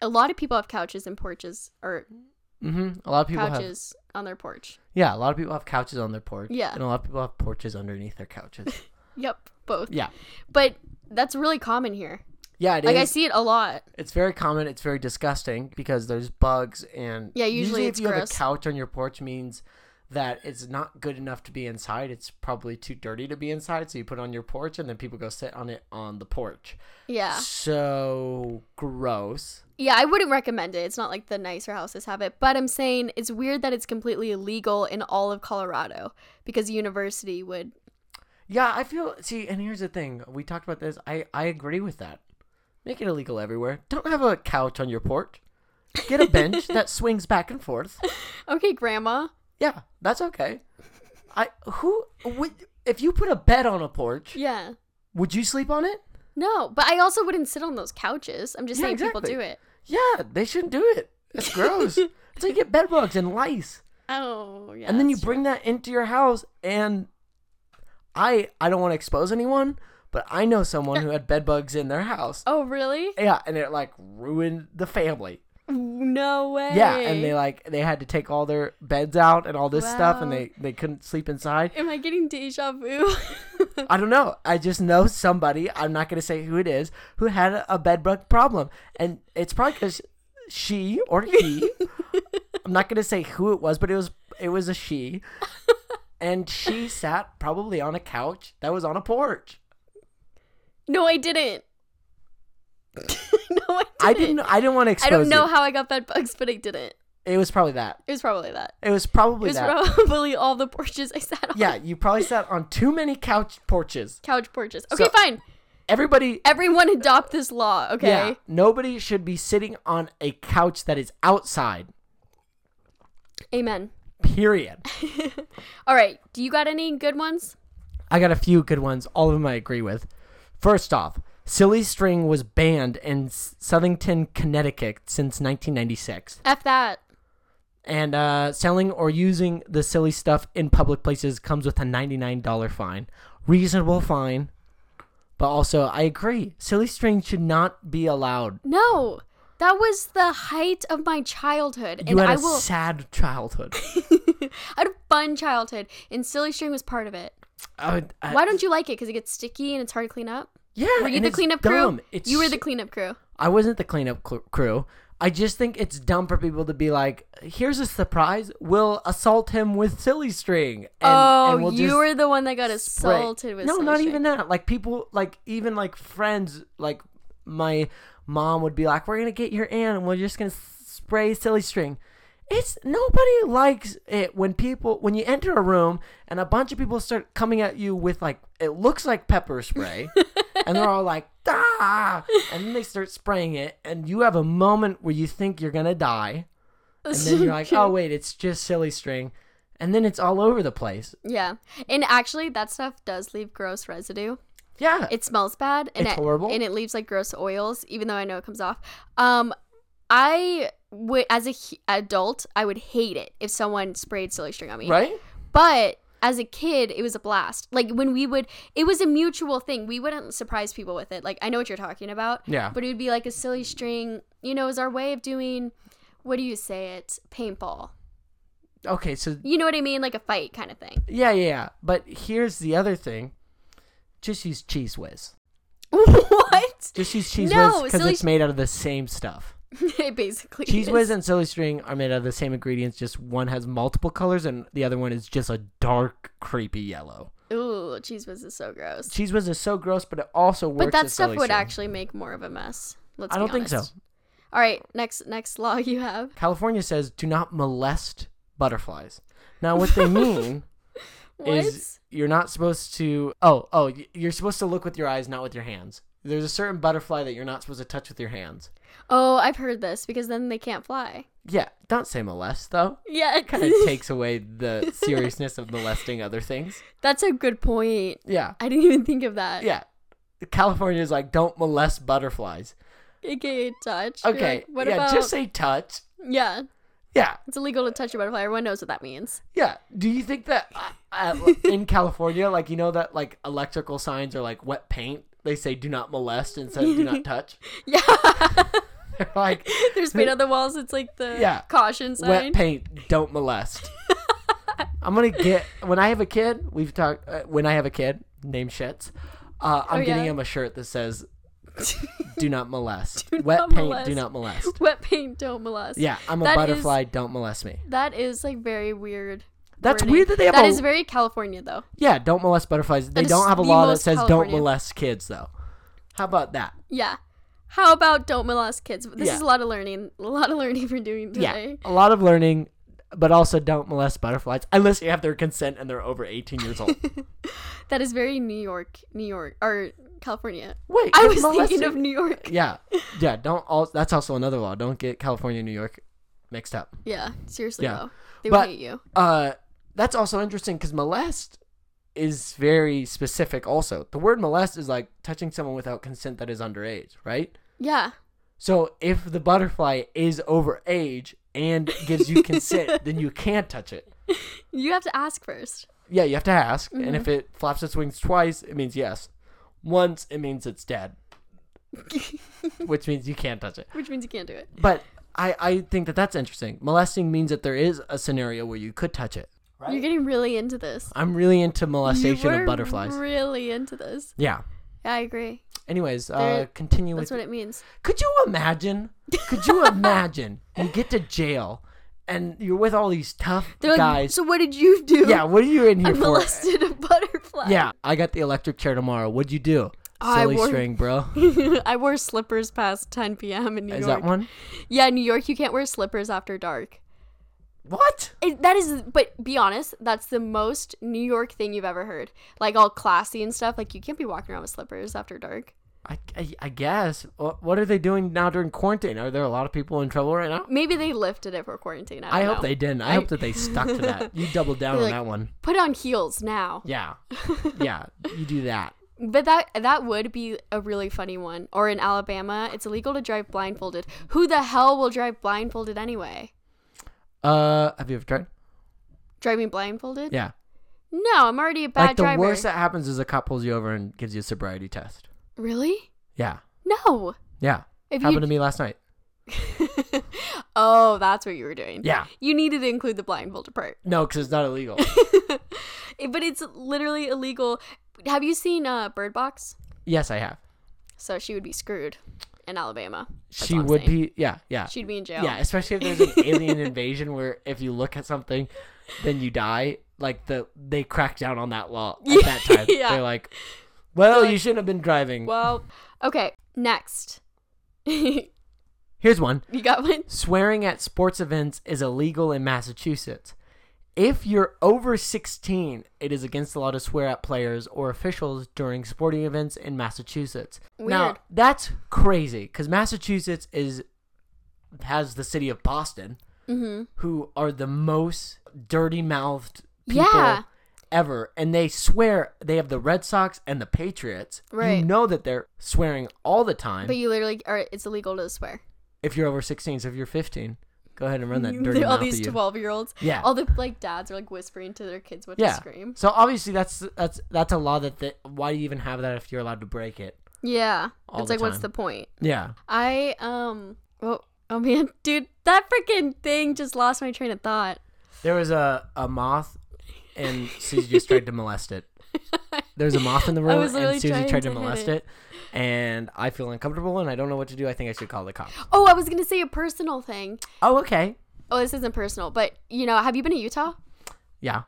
a lot of people have couches and porches or hmm A lot of people have couches on their porch. yeah, a lot of people have couches on their porch. Yeah. and a lot of people have porches underneath their couches. Yep, both. yeah, But that's really common here. yeah, it is. Like I see it a lot. It's very common. It's very disgusting because there's bugs and Yeah, usually if it's you have gross. a couch on your porch means that it's not good enough to be inside. It's probably too dirty to be inside, so you put it on your porch and then people go sit on it on the porch. Yeah. So gross. Yeah, I wouldn't recommend it. It's not like the nicer houses have it, but I'm saying it's weird that it's completely illegal in all of Colorado because a university would. Yeah, I feel see, and here's the thing. We talked about this. I I agree with that. Make it illegal everywhere. Don't have a couch on your porch. Get a bench that swings back and forth. Okay, grandma. Yeah, that's okay. I who would if you put a bed on a porch, Yeah. would you sleep on it? No, but I also wouldn't sit on those couches. I'm just Yeah, saying exactly. people do it. Yeah, they shouldn't do it. It's gross. so you get bed bugs and lice, Oh, yeah. and then you that's true. bring that into your house. And I I don't want to expose anyone, but I know someone who had bed bugs in their house. Oh, really? Yeah, and it like ruined the family. No way. Yeah, and they like they had to take all their beds out and all this stuff, and Wow. they they couldn't sleep inside. Am I getting deja vu? I don't know. I just know somebody. I'm not gonna say who it is who had a bed bug problem, and it's probably because she or he. I'm not gonna say who it was, but it was it was a she, and she sat probably on a couch that was on a porch. no, I didn't. no, I didn't. I didn't. I didn't want to expose. I don't know It. how I got bed bugs, but I didn't. it was probably that. It was probably that. It was It probably was that. probably all the porches I sat on. yeah, you probably sat on too many couch porches. Couch porches. Okay, So- fine. Everybody. Everyone adopt this law, okay? Yeah, nobody should be sitting on a couch that is outside. Amen. Period. All right. Do you got any good ones? I got a few good ones. All of them I agree with. First off, Silly String was banned in S- Southington, Connecticut since 1996. F that. And uh, selling or using the silly stuff in public places comes with a $99 fine. Reasonable fine. But also, I agree. Silly String should not be allowed. No. That was the height of my childhood. You and had I a will sad childhood. I had a fun childhood and silly string was part of it. I would- I- Why don't you like it? Because it gets sticky and it's hard to clean up. yeah, Were you and the it's cleanup dumb. crew? It's you were so- the cleanup crew. I wasn't the cleanup cl- crew. I just think it's dumb for people to be like, "Here's a surprise. We'll assault him with silly string." And, oh, and we'll you just were the one that got spray- assaulted with no, silly not string. even that. Like people, like even like friends, like my mom would be like, "We're gonna get your aunt, and we're just gonna s- spray silly string." It's nobody likes it when people when you enter a room and a bunch of people start coming at you with like it looks like pepper spray, and they're all like ah, and then they start spraying it, and you have a moment where you think you're gonna die, and then you're like, oh wait, it's just silly string, and then it's all over the place. Yeah. And actually that stuff does leave gross residue. Yeah, It smells bad and It's it, horrible. and it leaves like gross oils even though I know it comes off. Um I would as a he- adult, I would hate it if someone sprayed silly string on me. right. But as a kid, it was a blast. Like when we would, it was a mutual thing. We wouldn't surprise people with it. Like I know what you're talking about. Yeah. But it would be like a silly string. You know, it was our way of doing, what do you say it? Paintball. Okay, so You know what I mean? Like a fight kind of thing. yeah, yeah, yeah. But here's the other thing: just use cheese whiz. what? Just use cheese No, whiz because silly it's sh- made out of the same stuff. Basically. Cheese is. whiz and silly string are made out of the same ingredients. Just one has multiple colors, and the other one is just a dark, creepy yellow. Ooh, cheese whiz is so gross. Cheese whiz is so gross, but it also works. But that as stuff Silly would String. actually make more of a mess. Let's I be don't think so. honest. All right, next next law you have. California says do not molest butterflies. Now, what they mean What? is you're not supposed to oh oh y- you're supposed to look with your eyes not with your hands there's a certain butterfly that you're not supposed to touch with your hands oh, I've heard this because then they can't fly. yeah don't say molest though Yeah. kind of takes away the seriousness of molesting other things That's a good point. yeah I didn't even think of that. yeah california is like don't molest butterflies AKA touch. You're okay like, what yeah about? just say touch yeah. yeah It's illegal to touch a butterfly. Everyone knows what that means. yeah do you think that uh, uh, in california like you know that like electrical signs are like wet paint they say do not molest instead of do not touch Yeah. They're like There's paint on the walls. It's like the Yeah. caution sign. wet paint, don't molest. I'm gonna get when I have a kid. We've talked uh, when I have a kid. Name shits. Uh, I'm Oh, getting yeah. him a shirt that says "Do not molest." wet not paint, molest. do not molest. Wet paint, don't molest. Yeah, I'm a That is- butterfly. Don't molest me. That is like very weird. That's wording. weird that they have That a- is very California though. Yeah, don't molest butterflies. They is don't have a the law that most says California. don't molest kids though. How about that? Yeah. How about don't molest kids? This Yeah. is a lot of learning. A lot of learning we're doing Yeah, today. a lot of learning, but also don't molest butterflies unless you have their consent and they're over 18 years old. That is very New York, New York, or California. Wait, I you're was thinking molesting- of New York. yeah, yeah. Don't all. That's also another law. Don't get California, and New York mixed up. Yeah, seriously Yeah. though, they But- would hate you. Uh, that's also interesting because molest is very specific. Also, the word molest is like touching someone without consent that is underage, right? Yeah, So if the butterfly is over age and gives you consent, then you can't touch it. you have to ask first. Yeah, you have to ask. And if it flaps its wings twice, it means yes. Once, it means it's dead, which means you can't touch it. Which means you can't do it. But I, I think that that's interesting. Molesting means that there is a scenario where you could touch it. You're getting really into this. I'm really into You molestation were of butterflies. Really into this. yeah. Yeah, I agree. Anyways, uh, There- continue That's with. what it means. Could you imagine? Could you imagine? you get to jail and you're with all these tough They're like, guys. so what did you do? yeah, what are you in I here for? molested a butterfly. Yeah, I got the electric chair tomorrow. What'd you do? I Silly wore- string, bro. I wore slippers past 10 p.m. in New Is York. that one? Yeah, in New York, you can't wear slippers after dark. What? It, that is, but be honest, that's the most New York thing you've ever heard. Like all classy and stuff. Like you can't be walking around with slippers after dark. I, I, I guess. What what are they doing now during quarantine? Are there a lot of people in trouble right now? Maybe they lifted it for quarantine. I, I don't hope know. they didn't. I, hope that they stuck to that. You doubled down on They're like- that one. put on heels now. Yeah. Yeah. You do that. But that that would be a really funny one. Or in Alabama, it's illegal to drive blindfolded. Who the hell will drive blindfolded anyway? Uh, have you ever tried? Driving blindfolded? Yeah. No, I'm already a bad like the driver. worst that happens is a cop pulls you over and gives you a sobriety test. really? Yeah. No. Yeah. If Happened you to me last night. Oh, that's what you were doing. Yeah. You needed to include the blindfolded part. No, because it's not illegal. It- Eh, But it's literally illegal. Have you seen uh, Bird Box? yes, I have. So she would be screwed in Alabama. That's she all I'm would saying. be. Yeah. Yeah. She'd be in jail. Yeah, especially if there's an alien invasion where if you look at something, then you die. Like the they crack down on that law at that time. Yeah. They're like, well, They're you shouldn't have been driving. Well, okay. Next. you Here's one: got one? swearing at sports events is illegal in Massachusetts. If you're over 16, it is against the law to swear at players or officials during sporting events in Massachusetts. Now Weird. that's crazy because Massachusetts is has the city of Boston. Mm-hmm. who are the most dirty mouthed people Yeah. ever. And they swear they have the Red Sox and the Patriots. You Right. know that they're swearing all the time. But you literally are. It's illegal to swear. if you're over 16, so if you're 15, go ahead and run that dirty all mouth. these at you. twelve-year-olds. Yeah. All the like dads are like whispering to their kids what yeah. to scream. So obviously that's that's that's a law that the, why do you even have that if you're allowed to break it? Yeah. All it's the like, what's time. the point? Yeah. I um. Oh, oh man, dude, that freaking thing just lost my train of thought. There was a, a moth and Susie just tried to molest it. There was a moth in the room was and literally Susie trying tried to, to hit molest it. it. And I feel uncomfortable and I don't know what to do. I think I should call the cops. Oh, I was gonna say a personal thing. Oh, okay. Oh, this isn't personal, but you know, have you been to Utah? Yeah.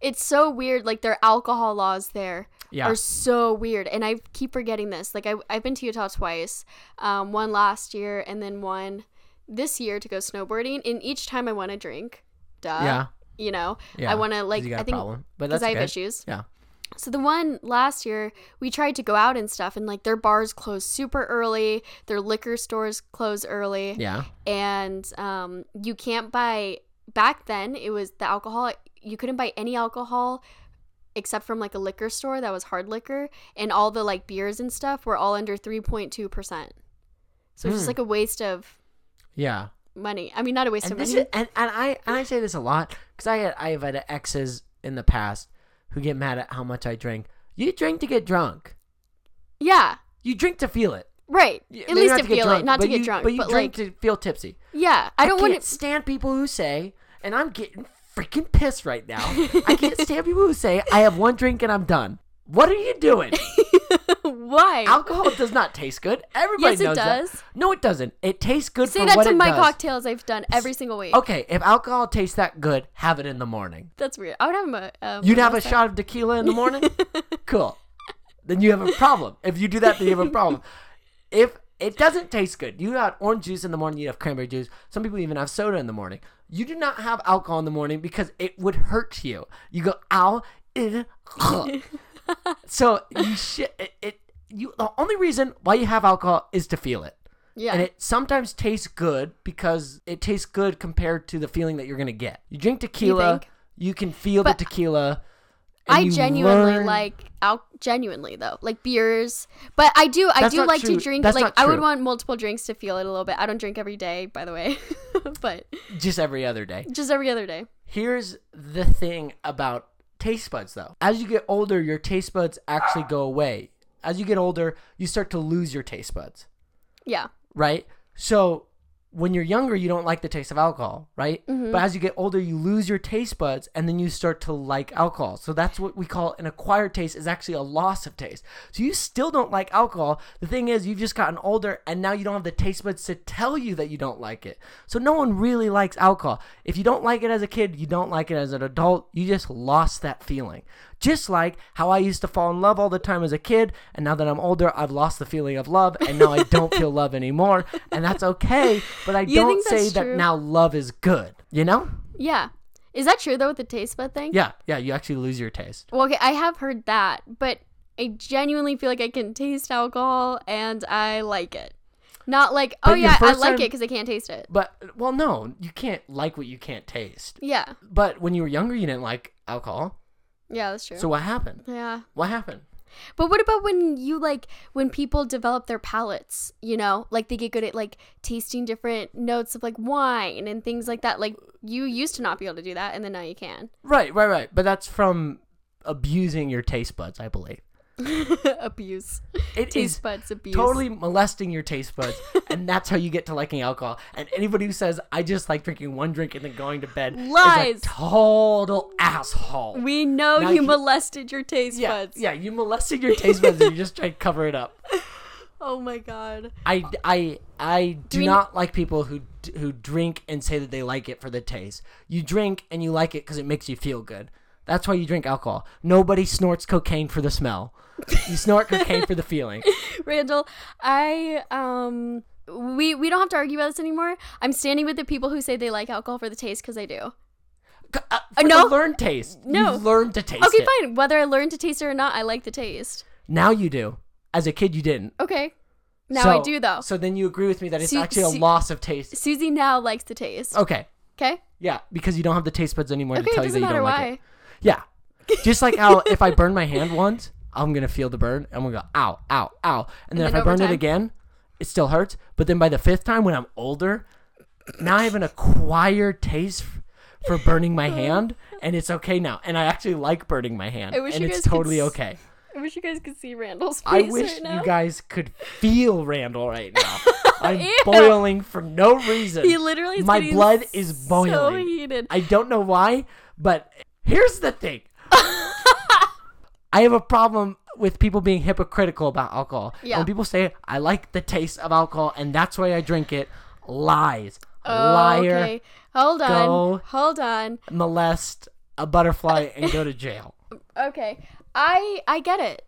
It's so weird. Like their alcohol laws there Yeah. are so weird, and I keep forgetting this. Like I, I've been to Utah twice, um, one last year and then one this year to go snowboarding. And each time I want to drink, duh. yeah. You know, Yeah. I want to like. you got I a think problem. But because that's I have okay. issues. Yeah. So the one last year, we tried to go out and stuff, and like their bars close super early, their liquor stores close early, Yeah. and um, you can't buy. Back then, it was the alcohol. You couldn't buy any alcohol except from like a liquor store that was hard liquor, and all the like beers and stuff were all under three point two percent. So it's Hmm. just like a waste of Yeah. money. I mean, not a waste And of this money. is, and, and I and I say this a lot because I had I have had exes in the past who get mad at how much I drink. You drink to get drunk. yeah, You drink to feel it. Right. Yeah, At maybe least not to get feel drunk, it, not to but get you- drunk, but but, you like, drink to feel tipsy. yeah, I don't can't want to. stand people who say, and I'm getting freaking pissed right now. I can't stand people who say, I have one drink and I'm done. What are you doing? Why? Alcohol does not taste good. Everybody Yes, it knows that. does. No, it doesn't. It tastes good Say for that what to it my does. cocktails I've done every single week. Okay, if alcohol tastes that good, have it in the morning. That's weird. I would have a. Um, You'd have a shot of tequila in the morning? cool. Then you have a problem. If you do that, then you have a problem. If it doesn't taste good, you have orange juice in the morning, you have cranberry juice. Some people even have soda in the morning. You do not have alcohol in the morning because it would hurt you. You go, ow, it, so you should, it, it, you, the only reason why you have alcohol is to feel it. Yeah. And it sometimes tastes good because it tastes good compared to the feeling that you're gonna get. You drink tequila, think? you, can feel But the tequila. and I you genuinely learn- like out genuinely though like beers, but I do I That's do not like true. to drink That's like not I would true. want multiple drinks to feel it a little bit. I don't drink every day, by the way, but just every other day. just every other day. Here's the thing about taste buds though. As you get older, your taste buds actually go away. As you get older, you start to lose your taste buds, Yeah, right? So when you're younger, you don't like the taste of alcohol, right? But as you get older, you lose your taste buds and then you start to like alcohol. So that's what we call an acquired taste is actually a loss of taste. So you still don't like alcohol. The thing is, you've just gotten older and now you don't have the taste buds to tell you that you don't like it. So no one really likes alcohol. If you don't like it as a kid, you don't like it as an adult. You just lost that feeling. Just like how I used to fall in love all the time as a kid, and now that I'm older, I've lost the feeling of love, and now I don't feel love anymore, and that's okay. But I You don't think that's say that true? now love is good. You know? yeah. Is that true though with the taste bud thing? Yeah, yeah. You actually lose your taste. Well, okay, I have heard that, but I genuinely feel like I can taste alcohol and I like it. Not like, oh But your yeah, I first like it time- because I can't taste it. But well, no, you can't like what you can't taste. Yeah, But when you were younger, you didn't like alcohol. yeah, that's true. So what happened? yeah, What happened? but what about when you like when people develop their palates? You know, like they get good at like tasting different notes of like wine and things like that. Like you used to not be able to do that, and then now you can. Right, right, right. But that's from abusing your taste buds, I believe. abuse, It is taste buds abuse. totally molesting your taste buds, and that's how you get to liking alcohol. And anybody who says I just like drinking one drink and then going to bed Lies. is a total asshole. We know Now you he- molested your taste yeah, buds. yeah, you molested your taste buds and you just try to cover it up. Oh my god. I, I, I do Uh, mean- not like people who d- who drink and say that they like it for the taste. You drink and you like it because it makes you feel good. That's why you drink alcohol. Nobody snorts cocaine for the smell. You snort cocaine for the feeling. Randall, I um we we don't have to argue about this anymore. I'm standing with the people who say they like alcohol for the taste because I do. C- Uh, for no. the learned taste. No. you learned to taste Okay, it. fine. Whether I learned to taste it or not, I like the taste. Now you do. As a kid, you didn't. Okay. Now I So- do though. So then you agree with me that it's Su- actually su- a loss of taste. Susie now likes the taste. Okay. Okay? Yeah, because Oh, you don't have the taste buds anymore Okay, to it tell you that doesn't you matter don't why. like it. Yeah. Just like how if I burn my hand once, I'm gonna feel the burn. and I'm gonna go ow, ow, ow, and then then if I burn over it time- again, it still hurts. But then by the fifth time, when I'm older, now I have an acquired taste f- for burning my hand, and it's okay now. And I actually like burning my hand, I wish and you it's guys could totally s- okay. I wish you guys could see Randall's I face wish right now. you guys could feel Randall right now. I'm boiling for no reason. He literally is my getting blood is boiling. So heated. I don't know why, but here's the thing. I have a problem with people being hypocritical about alcohol. And Yeah. When people say, I like the taste of alcohol and that's why I drink it, lies. Liar, Oh, Okay. Hold on. Go. Hold on. molest a butterfly, and go to jail. Okay. I I get it.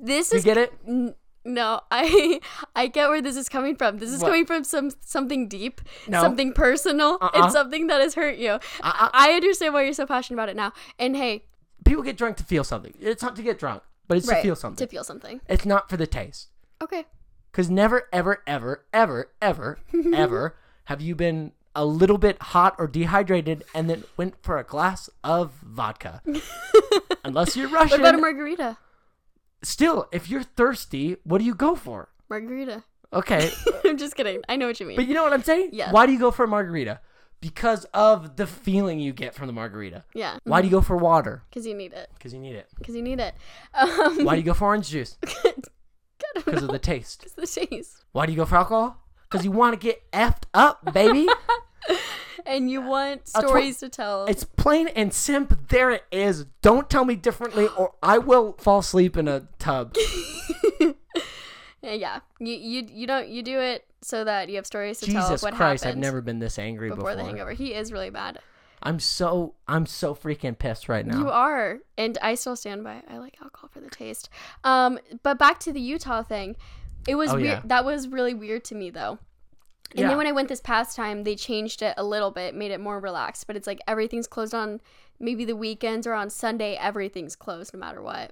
This You is get it? N- no, I I get where this is coming from. This is What? coming from some something deep, No. something personal, Uh-uh. and something that has hurt you. Uh-uh. I understand why you're so passionate about it now. And hey, People get drunk to feel something. It's not to get drunk, but it's to feel something. To feel something. it's not for the taste. Okay. Because never, ever, ever, ever, ever, ever have you been a little bit hot or dehydrated and then went for a glass of vodka. Unless you're What Russian. about a margarita? Still, if you're thirsty, what do you go for? Margarita. Okay. I'm just kidding. I know what you mean. but you know what I'm saying? Yes. Why do you go for a margarita? Because of the feeling you get from the margarita. yeah, Why do you go for water? because you need it. Because you need it. Because you need it. Um, Why do you go for orange juice? I don't because know. of the taste. It's the taste. Why do you go for alcohol? Because you want to get effed up, baby. And you want That's what- stories to tell. it's plain and simple. There it is. Don't tell me differently, or I will fall asleep in a tub. Yeah, yeah. You you you don't you do it so that you have stories to tell Jesus of what Christ, I've happened never been this angry before, before. the hangover. He is really bad. I'm so I'm so freaking pissed right now. You are, and I still stand by. it. I like alcohol for the taste. Um, but back to the Utah thing, it was Oh, weird. yeah. That was really weird to me though. And Yeah. then when I went this past time, they changed it a little bit, made it more relaxed. But it's like everything's closed on maybe the weekends or on Sunday. Everything's closed no matter what.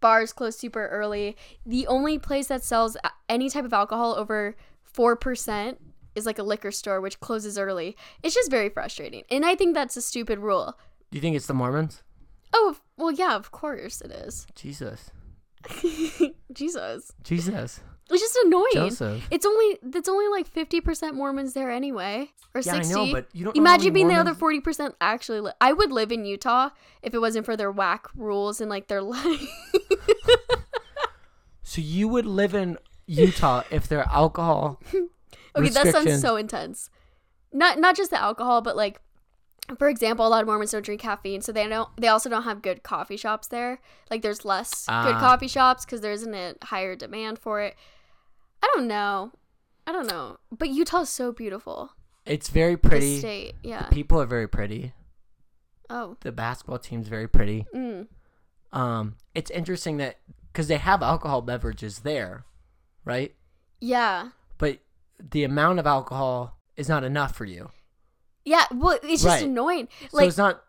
Bars close super early. The only place that sells a- any type of alcohol over four percent is like a liquor store, which closes early. It's just very frustrating, and I think that's a stupid rule. Do you think it's the Mormons? Oh, of- well, yeah, of course it is. Jesus, Jesus. Jesus, It's just annoying. Joseph. It's only that's only like 50% Mormons there anyway, or Yeah, I 60. know, but you don't know how Imagine many being Mormons- the other 40% actually li- I would live in Utah if it wasn't for their whack rules and like their like So you would live in Utah if their alcohol. Okay, that sounds restrictions- so intense. Not not just the alcohol, but like for example, a lot of Mormons don't drink caffeine, so they don't. They also don't have good coffee shops there. Like there's less good Ah. coffee shops because there isn't a higher demand for it. I don't know. I don't know. But Utah's so beautiful. It's very The pretty. state, yeah. People are very pretty. oh, The basketball team's very pretty. mm. Um, it's interesting that because they have alcohol beverages there, right? yeah, But the amount of alcohol is not enough for you. yeah. Well, it's just Right. annoying. so Like it's not.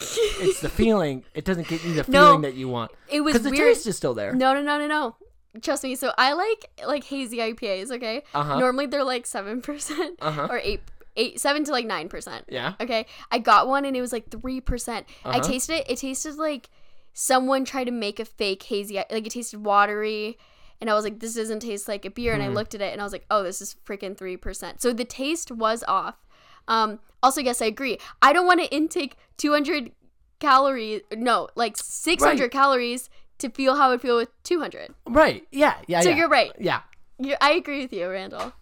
It's the feeling. It doesn't get you the No, feeling that you want it was because the weird. taste is still there. No, no, no, no, no. Trust me. So I like like hazy IPAs. Okay. Uh-huh. Normally they're like seven percent Uh-huh. or eight, eight, seven to like nine percent. Yeah. Okay. I got one and it was like three percent. I Uh-huh. tasted it. It tasted like someone tried to make a fake hazy. Like it tasted watery. And I was like, this doesn't taste like a beer. And Hmm. I looked at it and I was like, oh, this is freaking 3%. So the taste was off. Um, also, yes, I agree. I don't want to intake 200 calories, no, like 600 Right. calories to feel how it feel with 200. Right. Yeah. Yeah. So yeah. you're right. Yeah. You're, I agree with you, Randall.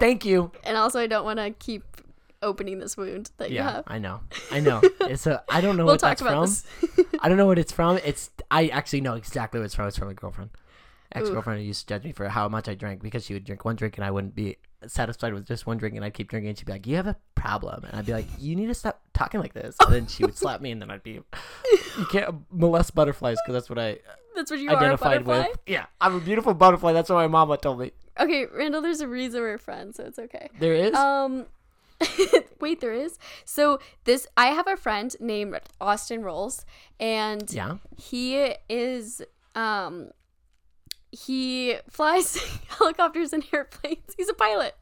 Thank you. And also, I don't want to keep opening this wound that you Yeah, have. I know. I know. It's a. I don't know We'll what talk that's about from. this. I don't know what it's from. It's. I actually know exactly what it's from. It's from a girlfriend. Ex girlfriend who used to judge me for how much I drank because she would drink one drink and I wouldn't be satisfied with just one drink and I'd keep drinking and she'd be like, "You have a problem," and I'd be like, "You need to stop talking like this." And then she would slap me and then I'd be, "You can't molest butterflies because that's what I That's what you are, a identified butterfly. with." Yeah, I'm a beautiful butterfly. That's what my mama told me. Okay, Randall, there's a reason we're friends, so it's okay. There is. Um, wait, there is. So this, I have a friend named Austin Rolls, and yeah. he is um, he flies helicopters and airplanes. He's a pilot.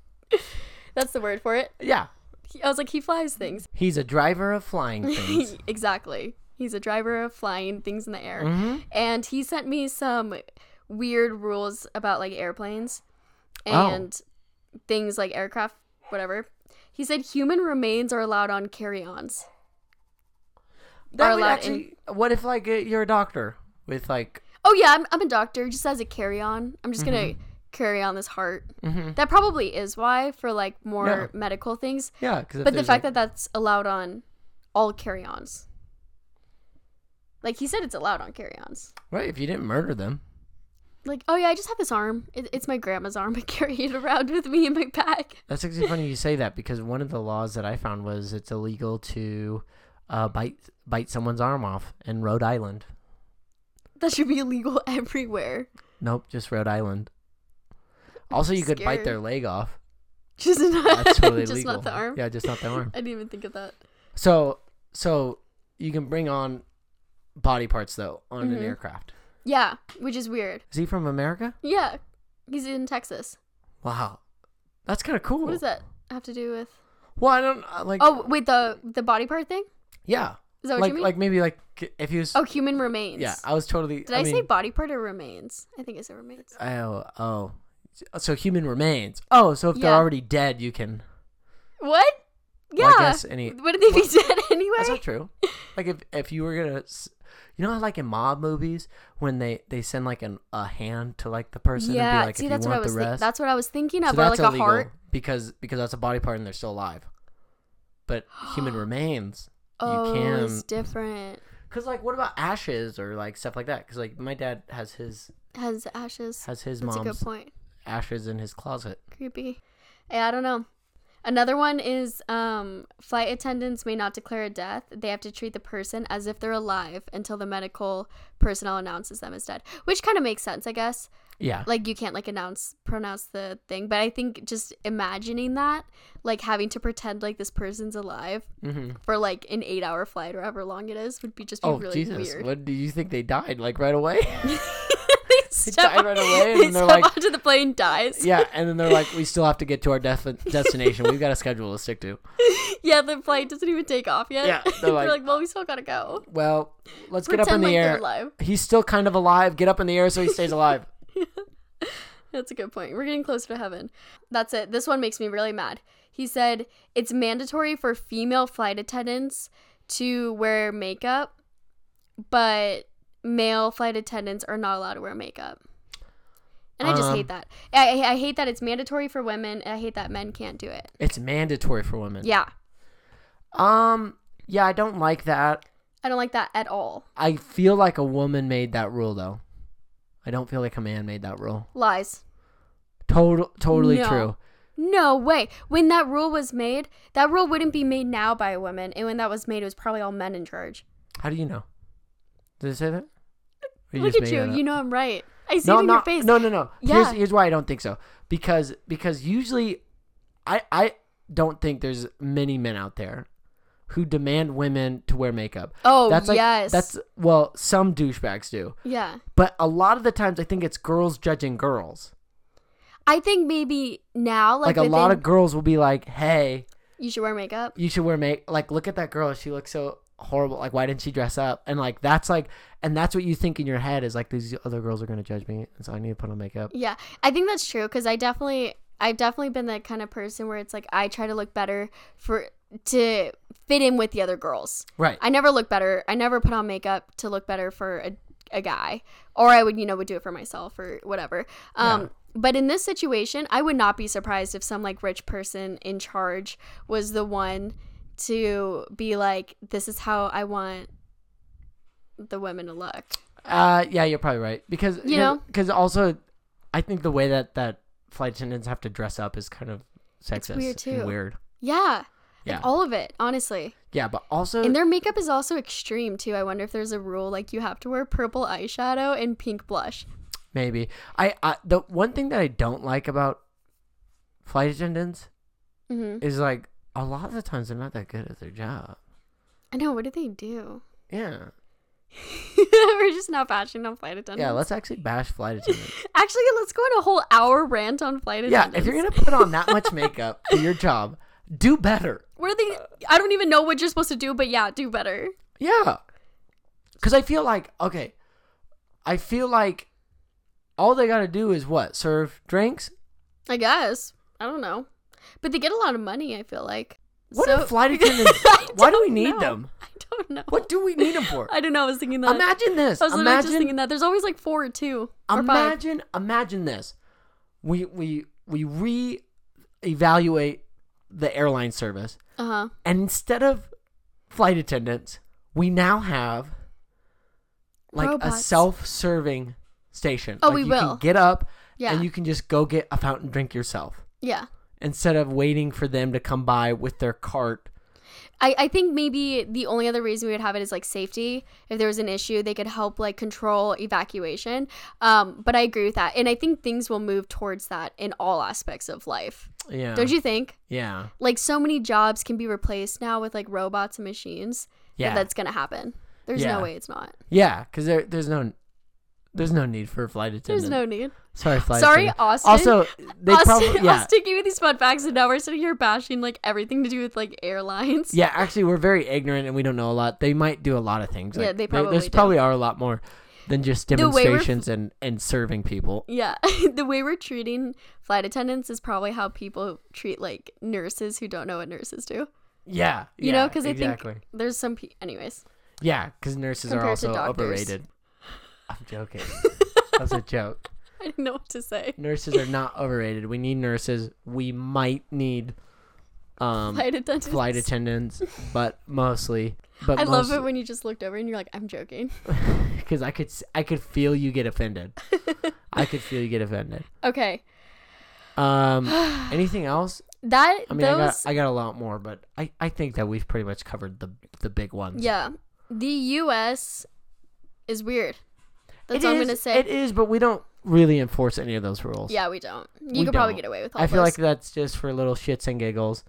That's the word for it. Yeah. He- I was like, he flies things. He's a driver of flying things. exactly. He's a driver of flying things in the air. Mm-hmm. And he sent me some weird rules about like airplanes Oh. and things like aircraft, whatever. He said human remains are allowed on carry ons. That are would allowed actually, what if like uh, you're a doctor with like Oh, yeah, I'm, I'm a doctor. Just as a carry on, I'm just going to Mm-hmm. carry on this heart. Mhm. That probably is why for like more medical things. yeah because But the fact that that's allowed on all carry ons. Like he said, it's allowed on carry ons. that right if you didn't murder them like, oh yeah, I just have this arm. It, it's my grandma's arm. I carry it around with me in my pack. that's actually funny you say that because one of the laws that I found was it's illegal to uh, bite bite someone's arm off in Rhode Island That should be illegal everywhere. nope just Rhode Island also you could bite scared. their leg off Just not, that's totally just legal not the arm. yeah just not the arm I didn't even think of that. so so you can bring on body parts though on Mm-hmm. an aircraft Yeah, which is weird. is he from America Yeah, he's in Texas. wow that's kind of cool What does that have to do with? well I don't uh, like Oh, wait, the the body part thing. yeah Is that what like you mean? like maybe like if he was oh, human remains. yeah i was totally Did I, say body part or remains? I think I said remains. say oh oh so human remains oh so if they're Yeah. already dead you can What? Yeah. Well, I guess any. Wouldn't they be dead That's anyway? not true. Like if if you were gonna, s- you know, how like in mob movies when they they send like an a hand to like the person and Yeah, be like, see, if you that's what I want the was. Think- rest, that's what I was thinking of, so or that's like illegal a heart. because because that's a body part and they're still alive. But human remains, you oh, can it's different. Cause like, what about ashes or like stuff like that? Cause like, my dad has his Has ashes. has his That's a good mom's point. ashes in his closet. Creepy. Yeah, I don't know. Another one is um, flight attendants may not declare a death. They have to treat the person as if they're alive until the medical personnel announces them as dead, which kind of makes sense, I guess. Yeah, Like you can't like announce pronounce the thing, but I think just imagining that, like having to pretend like this person's alive hmm for like an eight hour flight or however long it is would be just be Oh really Jesus! weird. What do you think they died like right away? they died on- right away, and they then they're step like- onto the plane, dies. yeah, and then they're like, we still have to get to our def- destination. We've got a schedule to stick to. Yeah, the plane doesn't even take off yet. Yeah, they're they're like- like, well, we still gotta go. Well, let's Pretend get up in the like they're air. alive. He's still kind of alive. Get up in the air so he stays alive. That's a good point. We're getting closer to heaven. That's it. This one makes me really mad. He said it's mandatory for female flight attendants to wear makeup, but male flight attendants are not allowed to wear makeup. And I just Um, hate that. I, I- I hate that it's mandatory for women. And I hate that men can't do it. it's mandatory for women. Yeah, Um. Yeah, I don't like that. I don't like that at all. I feel like a woman made that rule though. I don't feel like a man made that rule. Lies. Total, totally No. true. No way. When that rule was made, that rule wouldn't be made now by a woman. And when that was made, it was probably all men in charge. How do you know? Did it say that? Or Look just at made you. that up? You know I'm right. I see no, it in no, your face. no, no, no. Yeah. Here's, here's why I don't think so. Because because usually, I I don't think there's many men out there who demand women to wear makeup. Oh, that's like, yes. That's well, some douchebags do, yeah. but a lot of the times I think it's girls judging girls. I think maybe now, like, Like, a lot of within- girls will be like, "Hey, you should wear makeup. you should wear make like look at that girl she looks so horrible like why didn't she dress up and like that's like and that's what you think in your head is like these other girls are gonna judge me and so i need to put on makeup Yeah, I think that's true because I definitely, I've definitely been that kind of person where it's like I try to look better for to fit in with the other girls. right I never look better. I never put on makeup to look better for a, a guy, or I would you know would do it for myself or whatever. Um, Yeah. But in this situation, I would not be surprised if some like rich person in charge was the one to be like, "This is how I want the women to look." uh yeah you're probably right because You know? because also i think the way that that flight attendants have to dress up is kind of sexist weird, too. and weird Yeah, yeah all of it, honestly. yeah but also And their makeup is also extreme too. I wonder if there's a rule like you have to wear purple eyeshadow and pink blush. maybe I, I the one thing that i don't like about flight attendants hmm is like a lot of the times they're not that good at their job I know. What do they do? yeah We're just not bashing on flight attendants. yeah let's actually bash flight attendants Actually, let's go on a whole hour rant on flight Yeah, attendants. if you're gonna put on that much makeup for your job, do better. what are they? I don't even know what you're supposed to do, but yeah, do better. Yeah, because I feel like okay, I feel like all they gotta do is what serve drinks. I guess. I don't know, but they get a lot of money. I feel like. What So- do flight attendants? I why do we don't need know. them? I don't know. What do we need them for? I don't know. I was thinking that. Imagine this. I was literally just Imagine thinking that. There's always like four or two or five. imagine imagine this we we we re-evaluate the airline service Uh huh. and instead of flight attendants we now have like a Robots. self-serving station Oh, Like, we you will. can get up Yeah. and you can just go get a fountain drink yourself yeah. instead of waiting for them to come by with their cart I, I think maybe the only other reason we would have it is like safety. If there was an issue, they could help like control evacuation. Um, but I agree with that, and I think things will move towards that in all aspects of life. yeah Don't you think? yeah Like so many jobs can be replaced now with like robots and machines. that yeah that's gonna happen. There's Yeah. no way it's not. yeah because there, there's no there's no need for flight attendants There's no need. sorry flight Sorry, attendant. Austin. also they Austin, probably yeah Austin gave me these fun facts, and now we're sitting here bashing like everything to do with like airlines. Yeah, actually, we're very ignorant and we don't know a lot. They might do a lot of things. Yeah, Like, they there- probably There's do. probably are a lot more than just way we're f- demonstrations and and serving people. Yeah, the way we're treating flight attendants is probably how people treat like nurses who don't know what nurses do. Yeah. You know, 'cause I think- exactly. There's some. Pe- Anyways, Yeah, because nurses are Compared to also doctors. overrated. I'm joking. That's a joke. I didn't know what to say. Nurses are not overrated. We need nurses. We might need um, flight, Flight attendants. attendants, but mostly. But I love it when you just looked over and you're like, I'm joking. because I could s- I could feel you get offended. I could feel you get offended. Okay, Um, anything else? that I mean, those. I got I got a lot more, but I, I think that we've pretty much covered the the big ones. yeah, the U.S. is weird. That's It all I'm is- gonna say. It is, but we don't really enforce any of those rules. yeah, we don't. You We could probably don't. get away with all I feel those. like that's just for little shits and giggles.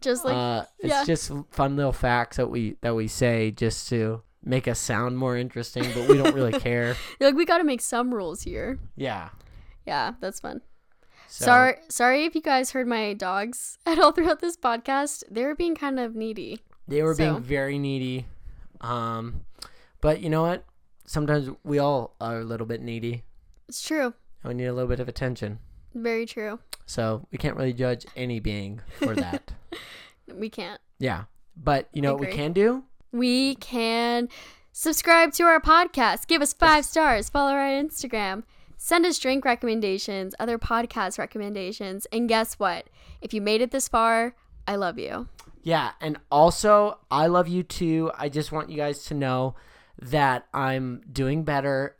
just like uh, yeah. It's just fun little facts that we that we say just to make us sound more interesting, but we don't really care. you're like we got to make some rules here. Yeah. Yeah, that's fun. So, Sorry, sorry if you guys heard my dogs at all throughout this podcast. They're being kind of needy. They were So. being very needy. Um, but you know what? Sometimes we all are a little bit needy. It's true. and We need a little bit of attention. Very true. So we can't really judge any being for that. We can't. yeah. But you know what we Agree. can do? We can subscribe to our podcast, give us five stars, follow our Instagram, send us drink recommendations, other podcast recommendations, and guess what? If you made it this far, I love you. Yeah, and also I love you too. I just want you guys to know that I'm doing better.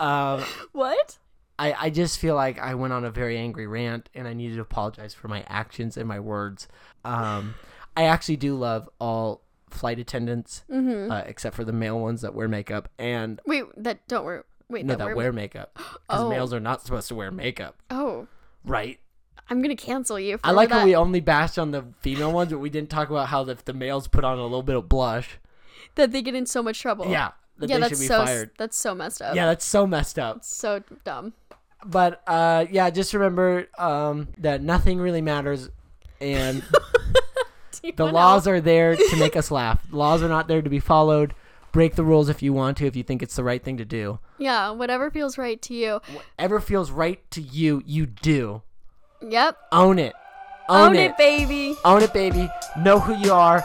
um, What? I I just feel like I went on a very angry rant, and I needed to apologize for my actions and my words. Um, I actually do love all flight attendants, uh, except for the male ones that wear makeup, and Wait, that don't work. Wait, no, that, we're- wear makeup because Oh. males are not supposed to wear makeup, Oh, right? I'm gonna cancel you. For I like that. how we only bashed on the female ones, but we didn't talk about how if the males put on a little bit of blush, that they get in so much trouble. yeah, that yeah, they that's should be so fired. that's so messed up. Yeah, that's so messed up. so dumb. But uh, yeah, just remember um, that nothing really matters, and the laws are there to make us laugh. Laws are not there to be followed. Break the rules if you want to, if you think it's the right thing to do. Yeah, whatever feels right to you. Whatever feels right to you, you do. Yep. Own it. Own, Own it. it baby. Own it, baby. Know who you are,